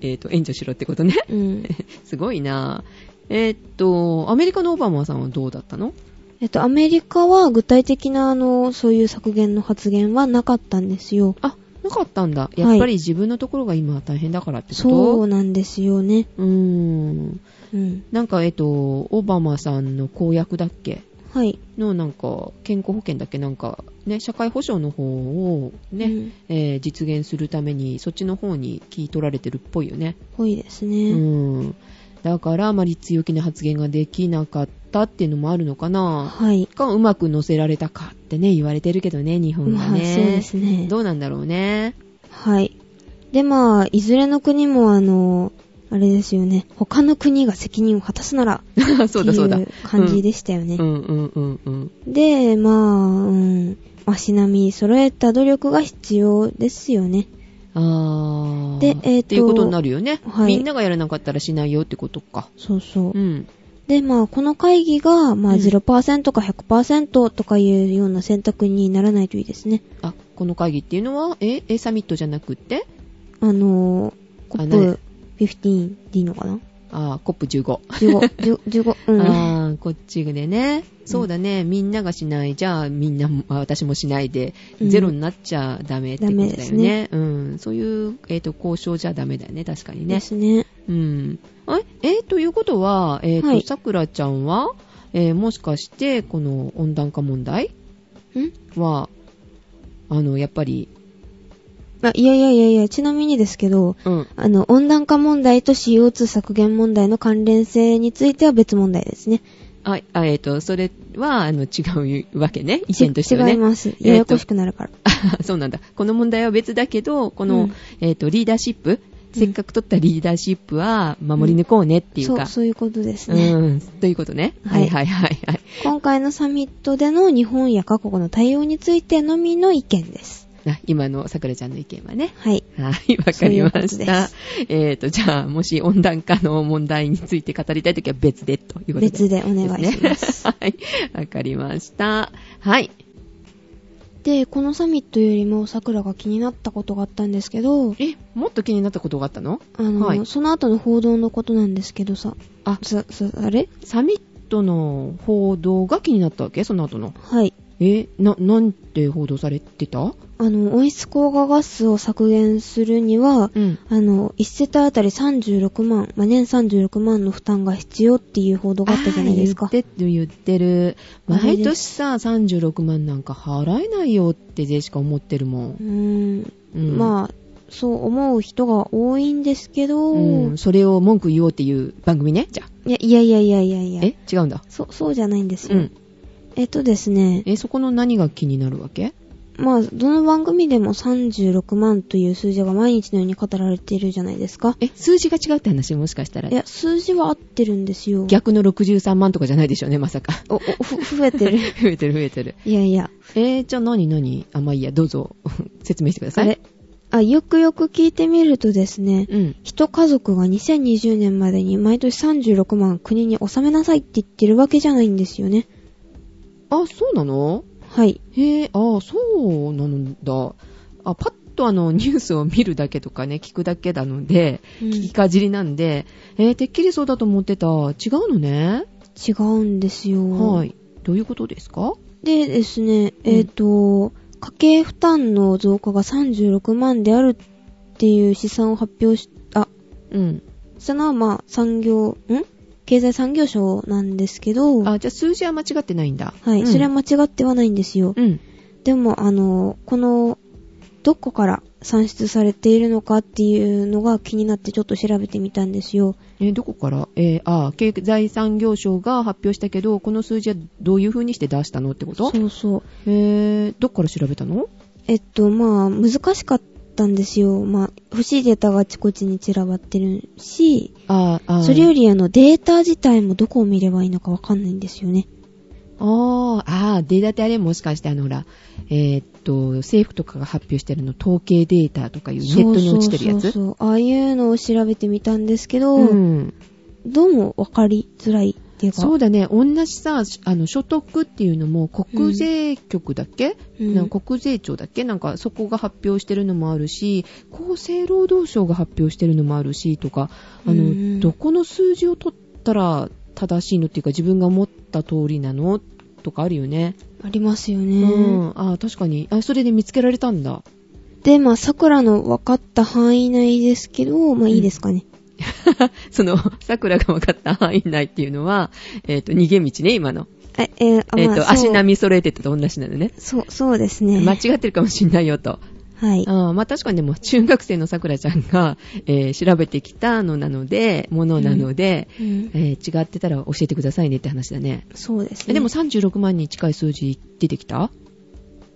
Speaker 2: えっ、と、援助しろってことね。
Speaker 1: うん。
Speaker 2: すごいなえっ、と、アメリカのオバマさんはどうだったの
Speaker 1: えっと、アメリカは具体的な、あの、そういう削減の発言はなかったんですよ。
Speaker 2: あ、なかったんだ。やっぱり自分のところが今は大変だからってこと
Speaker 1: そうなんですよね。
Speaker 2: うーん。
Speaker 1: うん。
Speaker 2: なんか、えっ、と、オバマさんの公約だっけ
Speaker 1: はい。
Speaker 2: のなんか健康保険だっけなんかね社会保障の方をね、
Speaker 1: うん
Speaker 2: えー実現するためにそっちの方に気取られてるっぽいよね、
Speaker 1: ぽいです
Speaker 2: う
Speaker 1: ね。
Speaker 2: んだからあまり強気な発言ができなかったっていうのもあるのかな
Speaker 1: はい。
Speaker 2: かうまく乗せられたかってね言われてるけどね日本
Speaker 1: まあ、
Speaker 2: は
Speaker 1: そう
Speaker 2: ね,、
Speaker 1: ですね。
Speaker 2: どうなんだろ うね
Speaker 1: はい。で、まあ、いずれの国も、あの、あれですよね。他の国が責任を果たすなら、
Speaker 2: そうだそうだ
Speaker 1: っていう感じでしたよね
Speaker 2: う。んうんうんうん
Speaker 1: で、まあ、うん。足並み揃えた努力が必要ですよね。
Speaker 2: あー
Speaker 1: でえーと
Speaker 2: っていうことになるよね、
Speaker 1: はい
Speaker 2: みんながやらなかったらしないよってことか
Speaker 1: そうそう。
Speaker 2: うん
Speaker 1: で、まあ、この会議が、まあ、
Speaker 2: うん
Speaker 1: 0%か100%とかいうような選択にならないといいですね。
Speaker 2: あこの会議っていうのはええサミットじゃなくって
Speaker 1: あの
Speaker 2: あ
Speaker 1: ー、COP15 でいいのかな
Speaker 2: あー、COP15。
Speaker 1: ?15、15、うん。
Speaker 2: あーこっちでね。そうだね。みんながしない。じゃあ、みんなも、あ私もしないで、
Speaker 1: うん
Speaker 2: ゼロになっちゃダメってことだよ
Speaker 1: ダメです
Speaker 2: ね
Speaker 1: ね。
Speaker 2: うん。そういう、えっ、と、交渉じゃダメだよね。確かに
Speaker 1: で
Speaker 2: ね。
Speaker 1: すね。
Speaker 2: うん。え、えーということは、えっ、
Speaker 1: は
Speaker 2: と、
Speaker 1: い
Speaker 2: さくらちゃんは、えーもしかして、この温暖化問題
Speaker 1: ん
Speaker 2: は、あの、やっぱり、
Speaker 1: あ、いやいやいやいや、ちなみにですけど、
Speaker 2: うん。
Speaker 1: あの、温暖化問題と CO2 削減問題の関連性については別問題ですね。
Speaker 2: あ、あえっ、と、それは、あの、違うわけね。意見としてはね。
Speaker 1: 違います。
Speaker 2: と
Speaker 1: ややこしくなるから。
Speaker 2: あ そうなんだ。この問題は別だけど、この、
Speaker 1: うん
Speaker 2: えっ、と、リーダーシップ、せっかく取ったリーダーシップは守り抜こうねっていう
Speaker 1: そう、
Speaker 2: か。
Speaker 1: そういうことです
Speaker 2: う
Speaker 1: ね。
Speaker 2: ん、ということね。は
Speaker 1: はいい
Speaker 2: はいはいはい。
Speaker 1: 今回のサミットでの日本や各国の対応についてのみの意見です。
Speaker 2: あ今のさくらちゃんの意見はね。
Speaker 1: はい。
Speaker 2: はい、わかりま
Speaker 1: そ
Speaker 2: し
Speaker 1: ういう
Speaker 2: た
Speaker 1: こ。
Speaker 2: えっ、と、じゃあ、もし温暖化の問題について語りたいときは別でということで。
Speaker 1: 別でお願いします。
Speaker 2: はい、わかりました。はい。
Speaker 1: で、このサミットよりも桜が気になったことがあったんですけど、
Speaker 2: え、もっと気になったことがあったの
Speaker 1: あの、
Speaker 2: はい
Speaker 1: その後の報道のことなんですけどさ、
Speaker 2: あ、
Speaker 1: さ、さ、あれ
Speaker 2: サミットの報道が気になったわけその後の。
Speaker 1: はい。
Speaker 2: え、な、なんて報道されてた
Speaker 1: あの、温室効果ガスを削減するには、
Speaker 2: うん。
Speaker 1: あの、1世帯あたり36万、まあ、年36万の負担が必要っていう報道があったじゃないです
Speaker 2: あ
Speaker 1: か
Speaker 2: ー。言ってる言ってる。
Speaker 1: あれです
Speaker 2: 毎年さ、36万なんか払えないよってでしか思ってるも。
Speaker 1: うんーん、
Speaker 2: うん、あ、
Speaker 1: まあ、そう思う人が多いんですけど、
Speaker 2: うん。それを文句言おうっていう番組ね。じゃあ。
Speaker 1: いやいやいやいやいやいや
Speaker 2: え、違うんだ。
Speaker 1: そ、そうじゃないんです
Speaker 2: う
Speaker 1: よ。
Speaker 2: ん。
Speaker 1: えっとですね、
Speaker 2: え、そこの何が気になるわけ
Speaker 1: まあ、どの番組でも36万という数字が毎日のように語られているじゃないですか。
Speaker 2: え、数字が違うって話もしかしたら
Speaker 1: い。や、数字は合ってるんですよ。
Speaker 2: 逆の63万とかじゃないでしょうね、まさか。
Speaker 1: お、お、ふ 増えてる。
Speaker 2: 増えてる増えてる。
Speaker 1: いやいや、
Speaker 2: えー、じゃあ何何あ、まあいいや、どうぞ、 説明してくださ
Speaker 1: あ
Speaker 2: い。
Speaker 1: れ。あ、よくよく聞いてみるとですね、
Speaker 2: うん。
Speaker 1: 一家族が2020年までに毎年36万国に納めなさいって言ってるわけじゃないんですよね。
Speaker 2: あ、そうなの
Speaker 1: はい。
Speaker 2: へえ、ああ、そうなんだ。あ、パッとあの、ニュースを見るだけとかね、聞 くだけなので、
Speaker 1: うん
Speaker 2: 聞きかじりなんで、えー、てっきりそうだと思ってた。違うのね。
Speaker 1: 違うんですよ。
Speaker 2: はい。どういうことですか
Speaker 1: でですね、えっ、と、家計負担の増加が36万であるっていう試算を発表し、あ、
Speaker 2: うん。
Speaker 1: したのはまあ産業、ん経済産業省なんですけど、は
Speaker 2: あ、じゃあ数字は間違ってないんだ。
Speaker 1: い、
Speaker 2: うん
Speaker 1: それは間違ってはないんですよ。
Speaker 2: うん。
Speaker 1: でも、あの、この、どこから算出されているのかっていうのが気になってちょっと調べてみたんですよ。
Speaker 2: えーどこからえー、あー、経済産業省が発表したけど、この数字はどういう風にして出したのってこと
Speaker 1: そうそう。
Speaker 2: えー、どっから調べたの
Speaker 1: えっと、まあ、難しかったんですよ。まあ、欲しいデータがあちこちに散らばってるし、
Speaker 2: あーあー、
Speaker 1: それよりあのデータ自体もどこを見ればいいのかわかんないんですよね。
Speaker 2: ああ、ああ、データってあれもしかしてあの、ほら、えーっと、政府とかが発表してるの、統計データとかいうネットに落ちてるや
Speaker 1: そう
Speaker 2: つ
Speaker 1: そうそうああいうのを調べてみたんですけど、
Speaker 2: うん。
Speaker 1: どうもわかりづらいっていうか。
Speaker 2: そうだね、同じさ、あの、所得っていうのも、国税局だっけ、
Speaker 1: うん
Speaker 2: なんか国税庁だっけなんか、そこが発表してるのもあるし、厚生労働省が発表してるのもあるし、とか、あの、
Speaker 1: うん
Speaker 2: どこの数字を取ったら正しいのっていうか、自分が思った通りなのとかあるよね。
Speaker 1: ありますよね。
Speaker 2: うん。ああ、確かに。あ、それで見つけられたんだ。
Speaker 1: で、まあ、桜の分かった範囲内ですけど、まあ、いいですかね。
Speaker 2: その、桜が分かった範囲内っていうのは、えっ、と、逃げ道ね、今の。
Speaker 1: え、えーあ、まあ、
Speaker 2: えっ、
Speaker 1: そ
Speaker 2: と、
Speaker 1: う
Speaker 2: 足並み揃えてたと同じなのね。
Speaker 1: そう、そうですね。
Speaker 2: 間違ってるかもしんないよと。
Speaker 1: はい。
Speaker 2: あーまあ確かにでも、中学生の桜ちゃんが、えー調べてきたのなので、ものなので、
Speaker 1: うん
Speaker 2: えー違ってたら教えてくださいねって話だね。
Speaker 1: そうです
Speaker 2: え
Speaker 1: ね。
Speaker 2: でも36万に近い数字出てきた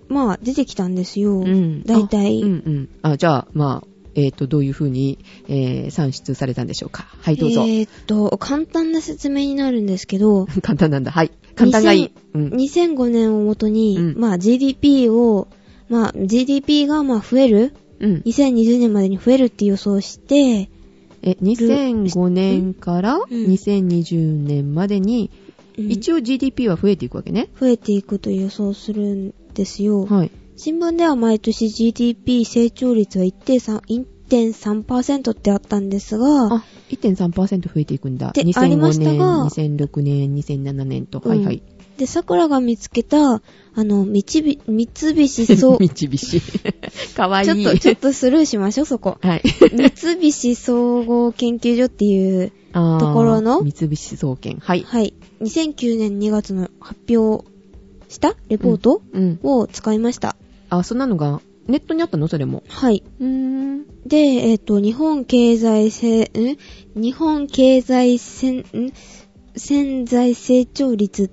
Speaker 1: まあ、出てきたんですよ。
Speaker 2: うん。
Speaker 1: 大体。
Speaker 2: あうんうん。あ、じゃあ、まあ、えっ、と、どういうふうに、えー算出されたんでしょうか。はい、どうぞ。
Speaker 1: えーっと、簡単な説明になるんですけど、
Speaker 2: 簡単なんだ。はい。簡単がいい。うん。
Speaker 1: 2005年をもとに、
Speaker 2: うん
Speaker 1: まあ GDP を、まあ GDP がまあ増える、
Speaker 2: うん。
Speaker 1: 2020年までに増えるって予想して、
Speaker 2: え、2005年から2020年までに、
Speaker 1: うん
Speaker 2: 一応 GDP は増えていくわけね。
Speaker 1: 増えていくと予想するんですよ。
Speaker 2: はい。
Speaker 1: 新聞では毎年 GDP 成長率は1.3 1.3%ってあったんですが、
Speaker 2: あ、1.3%増えていくんだ。
Speaker 1: でありま
Speaker 2: 2005
Speaker 1: した
Speaker 2: 年、
Speaker 1: が
Speaker 2: 2006年、2007年と。はいはい。、
Speaker 1: で、桜が見つけた、あの、三菱、三菱総
Speaker 2: 導 し。かわいい。。
Speaker 1: ちょっと、ちょっとスルーしましょう、そこ
Speaker 2: はい。
Speaker 1: 三菱総合研究所っていう、
Speaker 2: と
Speaker 1: ところの
Speaker 2: 三菱総研。はい。
Speaker 1: はい。2009年2月の発表したレポート
Speaker 2: うん。
Speaker 1: を使いました。
Speaker 2: あ、そんなのが、ネットにあったのそれも。
Speaker 1: はい。
Speaker 2: うーん。
Speaker 1: で、えっ、と、日本経済せ、ん日本経済せん、ん潜在成長率。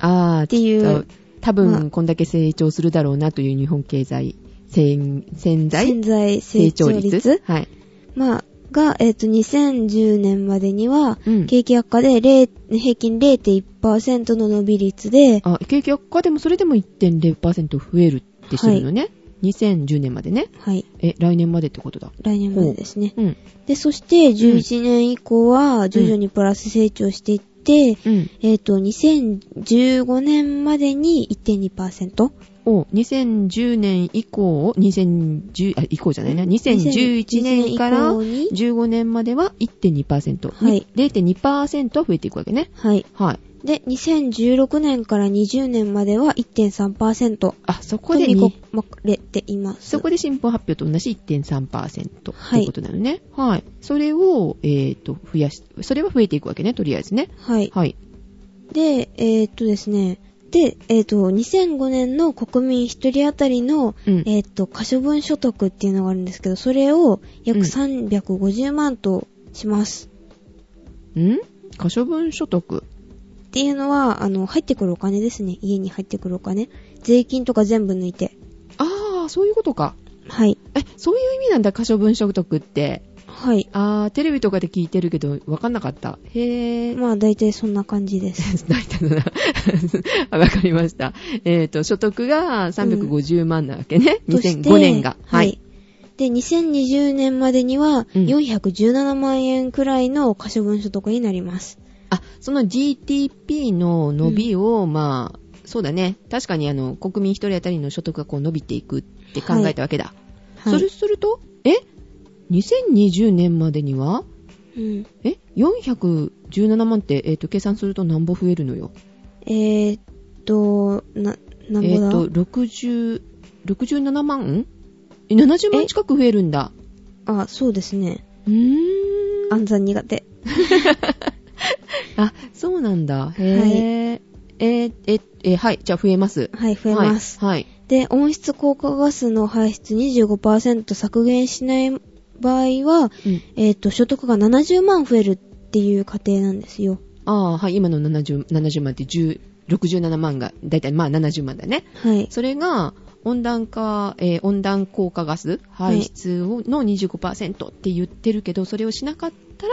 Speaker 2: あー、って
Speaker 1: いう。ま
Speaker 2: 多分、
Speaker 1: あ
Speaker 2: こんだけ成長するだろうなという日本経済、潜潜在
Speaker 1: 潜在成
Speaker 2: 成長
Speaker 1: 長
Speaker 2: 率
Speaker 1: 率
Speaker 2: はい。
Speaker 1: まあ、が、えっ、と、2010年までには、
Speaker 2: うん
Speaker 1: 景気悪化で0平均0.1%の伸び率で、
Speaker 2: あ、景気悪化でもそれでも1.0%増えるってしてるのね。2010年までね。
Speaker 1: はい。
Speaker 2: え、来年までってことだ。
Speaker 1: 来年までですね。
Speaker 2: うん。
Speaker 1: で、そして11年以降は徐々にプラス成長していって、
Speaker 2: うん。
Speaker 1: えっ、と、2015年までに1.2%。
Speaker 2: を2010年以降、2010、あ、以降じゃないな、2011年から
Speaker 1: 2011年以降に
Speaker 2: 15年までは1.2%。
Speaker 1: はい
Speaker 2: 0.2%増えていくわけね。
Speaker 1: はい。
Speaker 2: はい。
Speaker 1: で、2016年から20年までは1.3%。と
Speaker 2: あ、そこで
Speaker 1: 見
Speaker 2: に
Speaker 1: 込まれています。
Speaker 2: そこで新聞発表と同じ1.3%と
Speaker 1: はい
Speaker 2: いうことなのね。はい。それを、えー、と、増やし、それは増えていくわけね、とりあえずね。
Speaker 1: はい。
Speaker 2: はい。
Speaker 1: で、えっ、とですね、で、えっ、と、2005年の国民1人当たりの、
Speaker 2: うん
Speaker 1: えっ、と、可処分所得っていうのがあるんですけど、それを約
Speaker 2: うん
Speaker 1: 350万とします。
Speaker 2: ん可処分所得。
Speaker 1: っていうのは、あの、入ってくるお金ですね。家に入ってくるお金。税金とか全部抜いて。
Speaker 2: ああ、そういうことか。
Speaker 1: はい。
Speaker 2: え、そういう意味なんだ、可処分所得って。
Speaker 1: はい。
Speaker 2: あー、テレビとかで聞いてるけど、わかんなかった。へー。
Speaker 1: まあ、大体そんな感じ です。
Speaker 2: 大体だな。 あわかりました。えっ、と、所得が350万なわけね。
Speaker 1: として
Speaker 2: 2005年が。
Speaker 1: はい。。で、2020年までには、
Speaker 2: うん
Speaker 1: 417万円くらいの可処分所得になります。
Speaker 2: あ、その GDP の伸びを、まあ、そうだね。確かにあの、国民一人当たりの所得がこう伸びていくって考えたわけだ。
Speaker 1: はい。
Speaker 2: それすると、え ?2020 年までには、
Speaker 1: うん。
Speaker 2: え ?417 万って、えっ、と、計算すると何ぼ増えるのよ。
Speaker 1: えー、っと、な、なん
Speaker 2: えっ、
Speaker 1: ぼだ、
Speaker 2: と、60、67万え ?70 万近く増えるんだ。
Speaker 1: あ、そうですね。
Speaker 2: うーん。
Speaker 1: 暗算苦手。
Speaker 2: あ、そうなんだ。へぇ、えーえーえーはい。じゃあ増えます。
Speaker 1: はい、増えます。
Speaker 2: はい。はい
Speaker 1: で、温室効果ガスの排出25%削減しない場合は、
Speaker 2: うん
Speaker 1: えー、っと、所得が70万増えるっていう過程なんですよ。
Speaker 2: ああ、はい、今の 70, 70万って10 67万が、だいたいまあ70万だね。
Speaker 1: はい。
Speaker 2: それが、温暖化、えー温暖効果ガス排出をの25%って言ってるけど、それをしなかったら、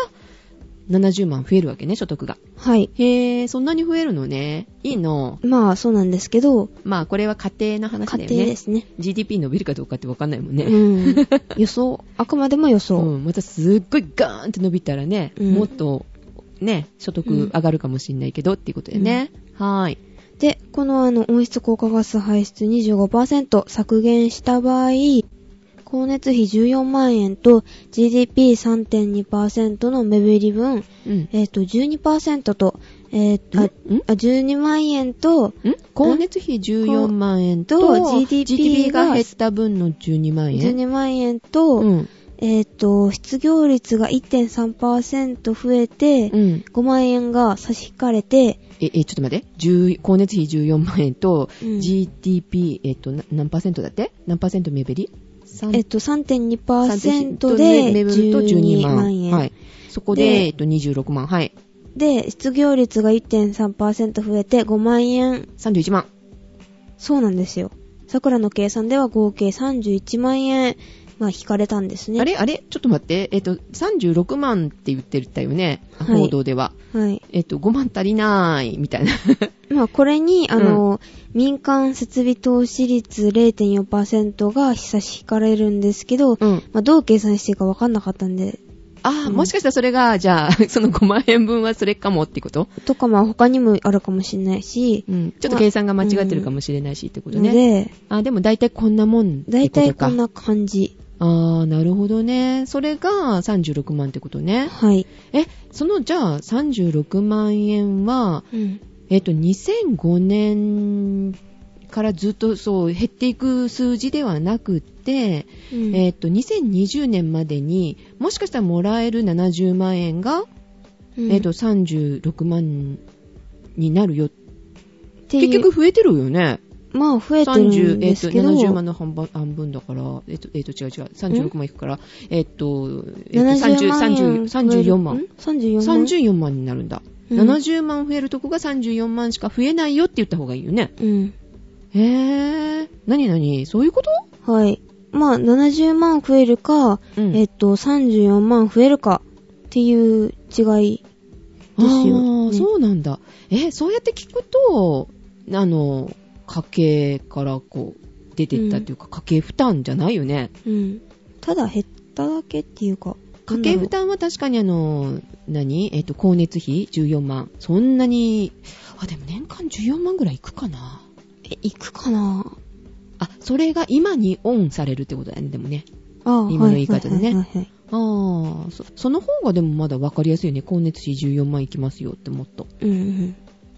Speaker 2: 70万増えるわけね、所得が。
Speaker 1: はい。
Speaker 2: へえ、そんなに増えるのね。いいの。
Speaker 1: まあ、そうなんですけど、
Speaker 2: まあ、これは家庭の話だ
Speaker 1: 家
Speaker 2: よね。
Speaker 1: 庭ですね。
Speaker 2: GDP 伸びるかどうかってわかんないもんね。
Speaker 1: うん、予想あくまでも予想、
Speaker 2: うんまたすっごいガーンって伸びたらね、
Speaker 1: うん
Speaker 2: もっと、ね、所得上がるかもしんないけどっていうことでね。はーい。
Speaker 1: でこのあの温室効果ガス排出25%削減した場合光熱費14万円と GDP3.2% の目減り分、
Speaker 2: うん。
Speaker 1: えっと12%と、えー
Speaker 2: ん
Speaker 1: あ
Speaker 2: ん
Speaker 1: あ12万円と
Speaker 2: ん光熱費14万円と
Speaker 1: と GDP が
Speaker 2: が減った分の12万円。
Speaker 1: 12万円と、
Speaker 2: うん。
Speaker 1: えっ、と、失業率が1.3%増えて、
Speaker 2: うん。
Speaker 1: 5万円が差し引かれて、
Speaker 2: え、え、ちょっと待って。10光熱費14万円と
Speaker 1: うん
Speaker 2: GDP、えっと、な何パーセントだって何パーセント目減り三
Speaker 1: えっと、3.2%
Speaker 2: 三
Speaker 1: で
Speaker 2: 目減ると
Speaker 1: 12万円。
Speaker 2: はい。そこで、
Speaker 1: で
Speaker 2: えっと、26万。はい。
Speaker 1: で、失業率が1.3%増えて5万円。
Speaker 2: 31万。
Speaker 1: そうなんですよ。桜の計算では合計31万円、まあ、引かれたんですね。
Speaker 2: あれあれちょっと待って。えっと、36万って言ってたよね。
Speaker 1: はい
Speaker 2: 報道では。
Speaker 1: はい。
Speaker 2: えっと、5万足りない、みたいな。
Speaker 1: まあ、これに、あの、民間設備投資率0.4%が差し引かれるんですけど、
Speaker 2: うん。
Speaker 1: まあ、どう計算していいか分かんなかったんで、
Speaker 2: ああ、
Speaker 1: うん
Speaker 2: もしかしたらそれが、じゃあ、 その5万円分はそれかもってこと
Speaker 1: とか、まあ、他にもあるかもしれないし、
Speaker 2: うん。ちょっと計算が間違ってるかもしれないしってこと
Speaker 1: の
Speaker 2: ね。
Speaker 1: で、
Speaker 2: あ、でも大体こんなもんってことか。
Speaker 1: 大体こん。な感じ。
Speaker 2: ああ、なるほどね。それが36万ってことね。
Speaker 1: はい。
Speaker 2: え、その、じゃあ36万円は、えっと、2005年からずっとそう、減っていく数字ではなくって、
Speaker 1: うん
Speaker 2: えっと、2020年までに、もしかしたらもらえる70万円が、
Speaker 1: うん
Speaker 2: えっと、36万になるよ。
Speaker 1: っていう
Speaker 2: 結局増えてるよね。
Speaker 1: まあ増えてる
Speaker 2: 30
Speaker 1: んで
Speaker 2: えっと
Speaker 1: すけど、
Speaker 2: 70万の半分半分だから、えっと、えっと、違う違う、36万いくから、えっと、えっと
Speaker 1: 70
Speaker 2: 30
Speaker 1: 万円
Speaker 2: 30 34万
Speaker 1: ん。34万。
Speaker 2: 34万になるんだ。
Speaker 1: うん
Speaker 2: 70万増えるとこが34万しか増えないよって言った方がいいよね。
Speaker 1: うん。
Speaker 2: へぇー。なになにそういうこと
Speaker 1: はい。まあ70万増えるか、
Speaker 2: うん
Speaker 1: えっと34万増えるかっていう違いですよ
Speaker 2: ああ、
Speaker 1: ね
Speaker 2: そうなんだ。え、そうやって聞くと、あの、家計からこう、出てったというか、家計負担じゃないよね。
Speaker 1: うん。ただ減っただけっていうか。
Speaker 2: 家計負
Speaker 1: なんだろ
Speaker 2: 担は確かにあの、何えっと、光熱費14万。そんなに、あ、でも年間14万ぐらいいくかな。
Speaker 1: え、行くかな
Speaker 2: あ、それが今にオンされるってことだよね、でもね。
Speaker 1: ああ
Speaker 2: 今の言い方でね
Speaker 1: はいはいはいはい
Speaker 2: ああ、そその方がでもまだ分かりやすいよね。光熱費14万いきますよってもっと。
Speaker 1: うんうん。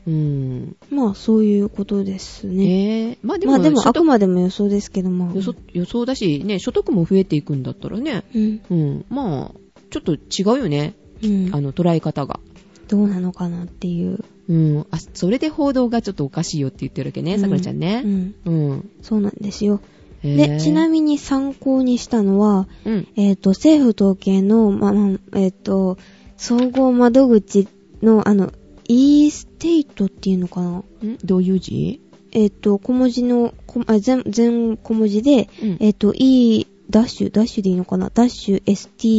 Speaker 2: うん。
Speaker 1: まあ、そういうことですね。
Speaker 2: ねえ。まあでも、
Speaker 1: まあでも、
Speaker 2: 所
Speaker 1: あ
Speaker 2: 得
Speaker 1: くまでも予想ですけども。
Speaker 2: 予想予想だし、ね、所得も増えていくんだったらね、
Speaker 1: うん。
Speaker 2: うん、まあ、ちょっと違うよね、
Speaker 1: うん。
Speaker 2: あの、捉え方が。
Speaker 1: どうなのかなっていう。
Speaker 2: うん、あ、それで報道がちょっとおかしいよって言ってるわけね、さくらちゃん
Speaker 1: う
Speaker 2: ね。
Speaker 1: ん。
Speaker 2: うん。
Speaker 1: そうなんですよ。で、ちな
Speaker 2: み
Speaker 1: みに参考にしたのは、
Speaker 2: に、うん。
Speaker 1: えっ、と、政府統計の、ま、まえっ、と、総合窓口の、あの、e ステイトっていうのかなん
Speaker 2: どういう字
Speaker 1: えっ、と、小文字の、こあ全全小文字で、
Speaker 2: うん
Speaker 1: えっ、と、e ダッシュ、ダッシュでいいのかなダッシュ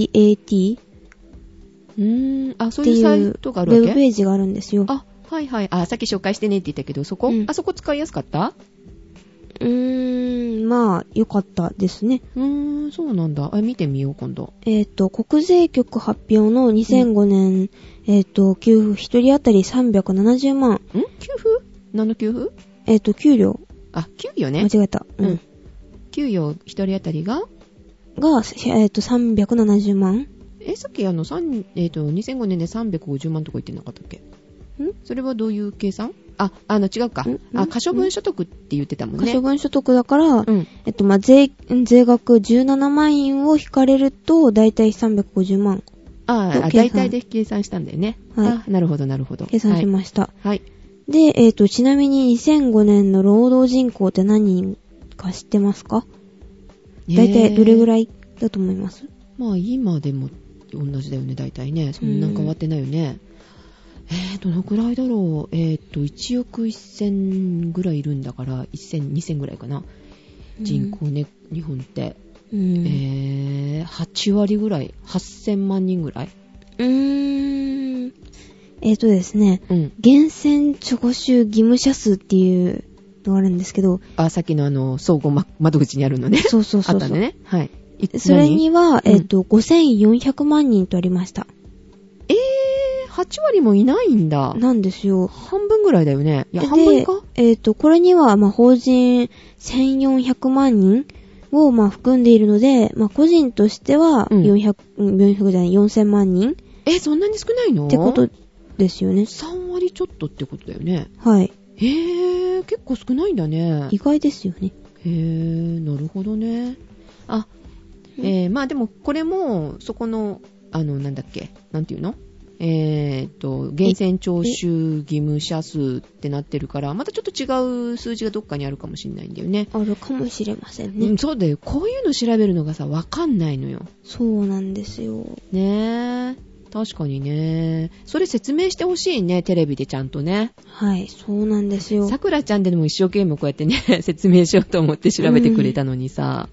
Speaker 1: stat
Speaker 2: うーん、あ、
Speaker 1: っ
Speaker 2: そう
Speaker 1: て
Speaker 2: いう
Speaker 1: い
Speaker 2: サ
Speaker 1: う
Speaker 2: イ
Speaker 1: ウ
Speaker 2: トがある
Speaker 1: ェブ
Speaker 2: わけ
Speaker 1: ページがあるんですよ。
Speaker 2: あ、はいはい。あ、さっき紹介してねって言ったけど、そこ、
Speaker 1: うん
Speaker 2: あそこ使いやすかった
Speaker 1: うーん、まあ、良かったですね。
Speaker 2: うーん、そうなんだ。あ、見てみよう、今度。
Speaker 1: えっ、と、国税局発表の2005年、えっ、と、給付1人当たり370万、
Speaker 2: ん給付何の給付
Speaker 1: えっ、と、給料、
Speaker 2: あ、給与
Speaker 1: 間
Speaker 2: ね。
Speaker 1: 違えた。う
Speaker 2: うんん。給与一人当たりが
Speaker 1: が、えっ、と、370万。
Speaker 2: え、さっきあの、三えっ、と、2005年で350万とか言ってなかったっけ
Speaker 1: ん
Speaker 2: それはどういう計算あ、あの、違うか
Speaker 1: ん。
Speaker 2: あ、
Speaker 1: ん
Speaker 2: 可処分所得って言ってたもん
Speaker 1: 可
Speaker 2: ね。
Speaker 1: 処分所得だから、
Speaker 2: うん。
Speaker 1: えっと、まあ、税、税額17万円を引かれると、だいたい350万
Speaker 2: あーあ、
Speaker 1: 計算
Speaker 2: 大体で計算したんだよね。
Speaker 1: は
Speaker 2: あ、なるほど、なるほど。
Speaker 1: 計算しました。
Speaker 2: はい。
Speaker 1: で、えっと、ちなみに2005年の労働人口って何人か知ってますか
Speaker 2: はい。
Speaker 1: だいたいどれぐら
Speaker 2: い
Speaker 1: いだと思います
Speaker 2: まあ、今でも同じだよね、大体ね。そんなん変わってないよね。えー、どのくらいだろう。えっ、と、1億1000ぐらいいるんだから、1000、2000ぐらいかな。人口ね、日本って。
Speaker 1: うん。
Speaker 2: えー、8割ぐらい、8000万人ぐらい。
Speaker 1: うーん。えっ、とですね、
Speaker 2: うん。
Speaker 1: 厳選徴収義務者数っていうのがあるんですけど、
Speaker 2: あ、さっきのあの、総合ま窓口にあるのね。
Speaker 1: そうそうそうそう
Speaker 2: あったんでね。はい。い
Speaker 1: それには、
Speaker 2: 何
Speaker 1: えっ、と、5400万人とありました。
Speaker 2: 何えー、8割もいないんだ。
Speaker 1: なんですよ。
Speaker 2: 半分ぐらいだよね。いや、
Speaker 1: で
Speaker 2: 半分か
Speaker 1: えっ、と、これには、まあ、法人1400万人を、まあ、含んでいるので、まあ、個人としては、
Speaker 2: うん
Speaker 1: 400、うん、400じゃない、4000万人っ
Speaker 2: え、そんなに少ないの
Speaker 1: てことですよね。
Speaker 2: 3割ちょっとってことだよね。
Speaker 1: はい。
Speaker 2: へー、結構少ないんだね。
Speaker 1: 意外ですよね。
Speaker 2: へー、なるほどね。あ、えー、まあでもこれも、そこの、あの、なんだっけ、なんていうのえーっと、厳選徴収義務者数ってなってるから、またちょっと違う数字がどっかにあるかもしれないんだよね。
Speaker 1: あるかもしれませんね。
Speaker 2: うん、そうだよ。こういうの調べるのがさ、わかんないのよ。
Speaker 1: そうなんですよ。
Speaker 2: ねえ。確かにね。それ説明してほしいね、テレビでちゃんとね。
Speaker 1: はい、そうなんですよ。
Speaker 2: さくらちゃんでも一生懸命こうやってね、 説明しようと思って調べてくれたのにさ、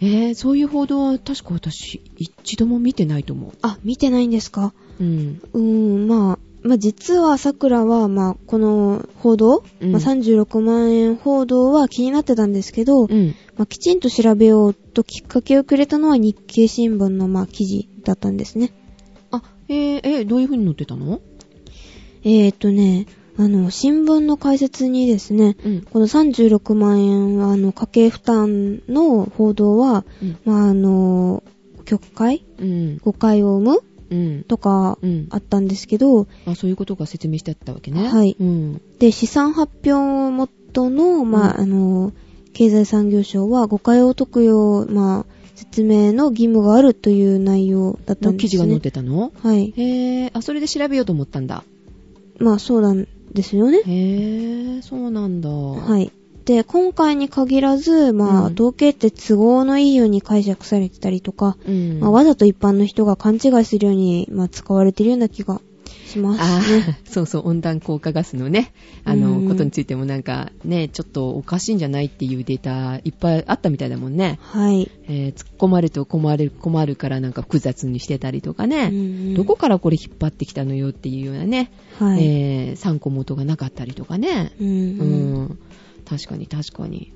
Speaker 2: えー、そういう報道は確か私、一度も見てないと思
Speaker 1: あ、見てないんですか
Speaker 2: う。うん。
Speaker 1: うーん、まあ、まあ、実は桜は、まあ、この報道、
Speaker 2: うん
Speaker 1: まあ、36万円報道は気になってたんですけど、
Speaker 2: うん。
Speaker 1: まあ、きちんと調べようときっかけをくれたのは日経新聞の、まあ、記事だったんですね。
Speaker 2: あ、えー、えーどういう風に載ってたの
Speaker 1: えー、っとね、あの、新聞の解説にですね、
Speaker 2: うん。
Speaker 1: この36万円は、あの、家計負担の報道は、
Speaker 2: うん。
Speaker 1: まあ、あの、曲解
Speaker 2: うん。
Speaker 1: 誤解を生む
Speaker 2: うん。
Speaker 1: とか
Speaker 2: うん
Speaker 1: あったんですけど、
Speaker 2: あ、そういうことが説明してあったわけね。
Speaker 1: はい
Speaker 2: うん。
Speaker 1: で、試算発表をもとの、まあ、あの、経済産業省は誤解を解くよう、まあ、説明の義務があるという内容だった
Speaker 2: の
Speaker 1: んで
Speaker 2: 記
Speaker 1: す
Speaker 2: 事
Speaker 1: ね。
Speaker 2: が載ってたの
Speaker 1: はい。
Speaker 2: へー、あ、それで調べようと思ったんだ。
Speaker 1: まあ、そうなんですよね。
Speaker 2: へー、そうなんだ。。
Speaker 1: はいい。で、今回に限らず、まあ、
Speaker 2: うん
Speaker 1: 統計って都合のいいように解釈されてたりとか、
Speaker 2: うん。
Speaker 1: まあ、わざと一般の人が勘違いするように、まあ、使われてるような気がします。
Speaker 2: あーそうそう、温暖効果ガスのね、あ
Speaker 1: う
Speaker 2: の、
Speaker 1: ん
Speaker 2: ことについてもなんかね、ちょっとおかしいんじゃないっていうデータいっぱいあったみたいだもんね。
Speaker 1: はい。
Speaker 2: えー突っ込まれると困る、困るからなんか複雑にしてたりとかね、
Speaker 1: うんうん
Speaker 2: どこからこれ引っ張ってきたのよっていうようなね、
Speaker 1: はい。
Speaker 2: えー参考元がなかったりとかね。
Speaker 1: うん
Speaker 2: う
Speaker 1: うん
Speaker 2: ん。確かに確かに。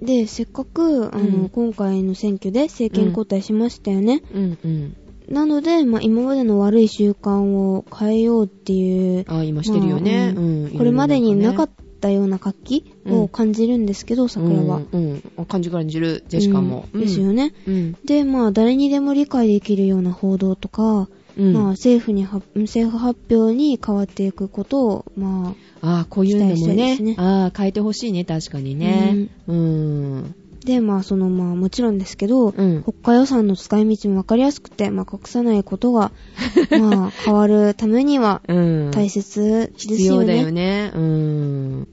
Speaker 1: で、せっかく、あの、
Speaker 2: うん
Speaker 1: 今回の選挙で政権交代しましたよね。
Speaker 2: うんうん。
Speaker 1: なので、まあ、今までの悪い習慣を変えようっていう、
Speaker 2: ああ、今してるよね。
Speaker 1: まあ
Speaker 2: う
Speaker 1: うん
Speaker 2: ん。
Speaker 1: これまでになかったたような活気を感じるんですけど、桜は。
Speaker 2: うん。うん感じ感じる、ジェシカも。
Speaker 1: うんですよ
Speaker 2: ね。
Speaker 1: ね。
Speaker 2: うん。
Speaker 1: で、まあ、誰にでも理解できるような報道とか、
Speaker 2: うん。
Speaker 1: まあ、政府には、政府発表に変わっていくことを、まあ、
Speaker 2: ああ、こういうの
Speaker 1: 期待
Speaker 2: も
Speaker 1: したいで
Speaker 2: ね。
Speaker 1: すね
Speaker 2: ああ、変えてほしいね、確かにね。うん。
Speaker 1: で、まあ、その、まあ、もちろんですけど、
Speaker 2: うん
Speaker 1: 国家予算の使い道もわかりやすくて、まあ、隠さないこと が、まあ、変わるためには
Speaker 2: うん。
Speaker 1: 大切で
Speaker 2: 必
Speaker 1: すよ
Speaker 2: 要
Speaker 1: ね。
Speaker 2: だよね。うん。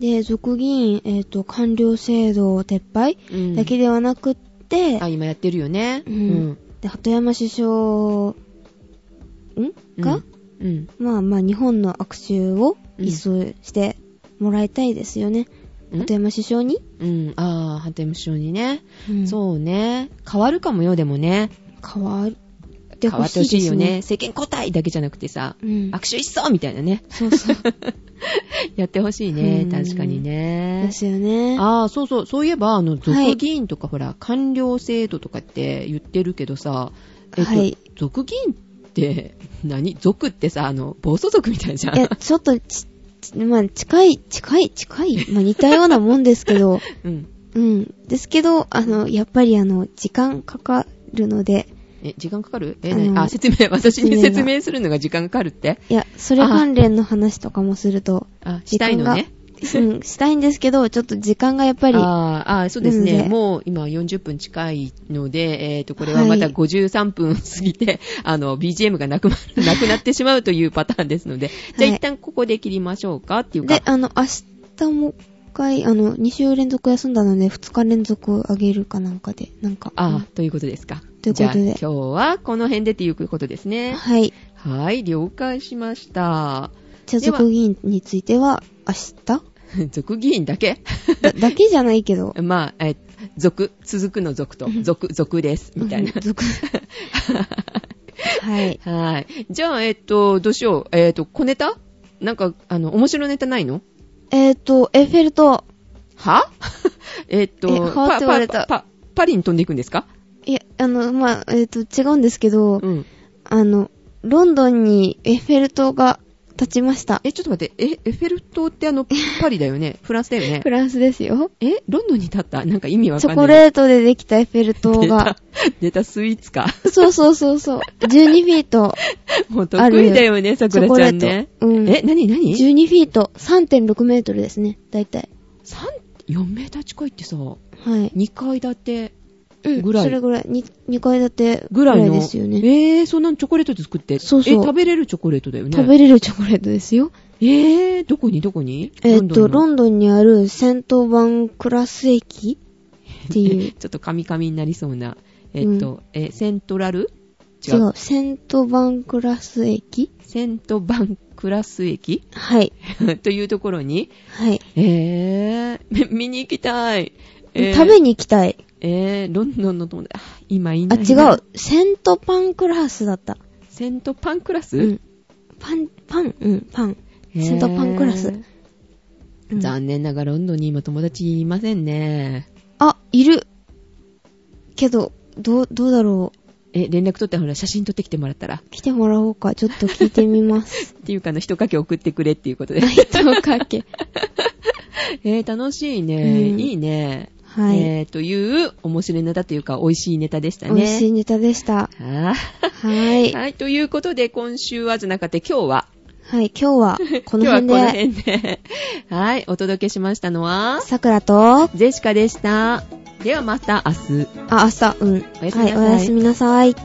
Speaker 1: で、俗議員、えっ、と、官僚制度撤廃
Speaker 2: うん
Speaker 1: だけではなくって、
Speaker 2: あ、今やってるよね。
Speaker 1: うんで、鳩山首相、んが、
Speaker 2: うん。
Speaker 1: まあまあ、日本の握手を
Speaker 2: うん
Speaker 1: 一掃してもらいたいですよね。
Speaker 2: うん
Speaker 1: 鳩山首相に、
Speaker 2: うん。ああ、ハテムショにね。
Speaker 1: うん
Speaker 2: そうね。変わるかもよ、でもね。
Speaker 1: 変わって
Speaker 2: 変わ
Speaker 1: ほ
Speaker 2: っ
Speaker 1: しい
Speaker 2: てほ
Speaker 1: で
Speaker 2: しいよ
Speaker 1: す
Speaker 2: ね。
Speaker 1: ね。
Speaker 2: 政権交代だけじゃなくてさ、
Speaker 1: うん。
Speaker 2: 握手一掃みたいなね。
Speaker 1: そうそう。
Speaker 2: やってほしいね
Speaker 1: う。ん
Speaker 2: 確かに
Speaker 1: で
Speaker 2: ね。
Speaker 1: すよね。
Speaker 2: ああ、そうそう。そういえば、あの、
Speaker 1: は
Speaker 2: 俗
Speaker 1: い
Speaker 2: 議員とか、ほら、官僚制度とかって言ってるけどさ、えっと、
Speaker 1: はい
Speaker 2: 俗議員って何、俗ってさ、あの、暴走族みたいじゃん。
Speaker 1: いや、ちょっとち、ちまあ、近い、近い、近い、まあ、似たようなもんですけ ど、
Speaker 2: うん。
Speaker 1: うん。ですけど、あの、やっぱりあの、時間かかるので、
Speaker 2: え、時間かかるえ、
Speaker 1: あの
Speaker 2: 何あ、説明、私に
Speaker 1: 説
Speaker 2: 説
Speaker 1: 明が
Speaker 2: 明するのが時間かかるって
Speaker 1: いや、それ関連の話とかもすると、
Speaker 2: あ、し
Speaker 1: 時
Speaker 2: たい
Speaker 1: 間
Speaker 2: の
Speaker 1: が
Speaker 2: ね。
Speaker 1: うん、したいんですけど、ちょっと時間がやっぱり、
Speaker 2: あーあー、そうです
Speaker 1: なの
Speaker 2: ね。
Speaker 1: で
Speaker 2: もう今40分近いので、えっ、と、これは
Speaker 1: はい
Speaker 2: また53分過ぎて、 あの、BGM がなくな なくなってしまうというパターンですので、じゃあ
Speaker 1: はい
Speaker 2: 一旦ここで切りましょうかっていうか
Speaker 1: で、、あの、明日もう一回、あの、2週連続休んだので、2日連続あげるかなんかで、なんか。
Speaker 2: ああ、ということですか。
Speaker 1: ということで
Speaker 2: じゃあ今日はこの辺でっていうことです
Speaker 1: うん
Speaker 2: ね。
Speaker 1: はい。
Speaker 2: はい、了解しました。
Speaker 1: じゃあ、
Speaker 2: では
Speaker 1: 俗議員については、明 日
Speaker 2: 俗議員だ け、
Speaker 1: だだけじゃないけど
Speaker 2: まあ、えー、俗、続くの俗と
Speaker 1: う、ん
Speaker 2: 俗、俗です、みたいな
Speaker 1: うん。俗はい。
Speaker 2: はい。じゃあ、えっと、どうしよう。えっと、小ネタなんか、あの、面白ネタないの
Speaker 1: えっ、と、エッフェル塔。
Speaker 2: は えっと、
Speaker 1: えはって言われた
Speaker 2: パ、パ、パ、パリに飛んでいくんですか
Speaker 1: いや、あの、まあ、えっ、と、違うんですけど、
Speaker 2: うん。
Speaker 1: あの、ロンドンにエッフェル塔が建ちました。
Speaker 2: え、ちょっと待って、え、エッフェル塔って あの、パリだよね。フランスだよね
Speaker 1: フ。ランスですよ。
Speaker 2: え、ロンドンに立ったなんか意味わ
Speaker 1: チ
Speaker 2: か
Speaker 1: ョ
Speaker 2: んない。
Speaker 1: コレートでできたエッフェル塔
Speaker 2: 出た
Speaker 1: が。、
Speaker 2: 出たスイー ツか。
Speaker 1: そうそうそうそう。12フィート。
Speaker 2: もう得意だよね、さくらちゃんね。
Speaker 1: チョコレートうん
Speaker 2: え、なになに
Speaker 1: 12フィート。3.6メートルですね。だいたい。
Speaker 2: 三4メーター近いってさ、2
Speaker 1: はい。
Speaker 2: 階建て
Speaker 1: うん。
Speaker 2: ぐらい
Speaker 1: それぐらい。2, 階建て
Speaker 2: ぐらいの。
Speaker 1: ですよね。
Speaker 2: えー、そんなのチョコレートで作って。
Speaker 1: そうそう
Speaker 2: え、食べれるチョコレートだよね。
Speaker 1: 食べれるチョコレートですよ。
Speaker 2: えー、どこにどこに
Speaker 1: えっ、と、ロ
Speaker 2: ン
Speaker 1: ンドンにある戦闘版クラス駅って
Speaker 2: ドン
Speaker 1: い
Speaker 2: え
Speaker 1: う。
Speaker 2: ちょっとカミカミになりそうな。えっ、と、え、セントラル
Speaker 1: 違う。。戦闘版クラス駅
Speaker 2: セントバンクラス駅
Speaker 1: はい。
Speaker 2: というところに、
Speaker 1: はい。
Speaker 2: えー、み見に行きたい。えー
Speaker 1: 食べに行きたい。
Speaker 2: えー、ロンドンの友達、あ今い
Speaker 1: あ、
Speaker 2: ない
Speaker 1: 違
Speaker 2: な。
Speaker 1: う。。セントパンクラスだった。
Speaker 2: セントパンクラス、
Speaker 1: うん。パン、パン、うん、パン。セントパンクラス
Speaker 2: えー。
Speaker 1: うん
Speaker 2: 残念ながらロンドンに今友達いませんね。
Speaker 1: あ、いる。けど、どう、どうだろ
Speaker 2: え、連絡取ってほら、写真撮ってきてもらったら。
Speaker 1: う。来てもらおうか。ちょっと聞いてみ ます。
Speaker 2: っていうか、あの、人かけ送ってくれっていうことで。
Speaker 1: 糸かけ。
Speaker 2: えー、楽しいね。
Speaker 1: うん
Speaker 2: いいね。
Speaker 1: はい。
Speaker 2: えー、という、面白いネタというか、美味しいネタでしたね。
Speaker 1: 美味しいネタでした。
Speaker 2: あ
Speaker 1: はい
Speaker 2: ー。はい、ということで、今週はじゃなくて、今日は、
Speaker 1: はい、今日はこの
Speaker 2: 今日は
Speaker 1: 辺
Speaker 2: この
Speaker 1: で、
Speaker 2: 辺で、はい、お届けしましたのは、
Speaker 1: さくらと、あ、
Speaker 2: ジェシカでした。ではまた明日。
Speaker 1: 明日、うん。
Speaker 2: おやすみなさい
Speaker 1: はい、おやすみなさい。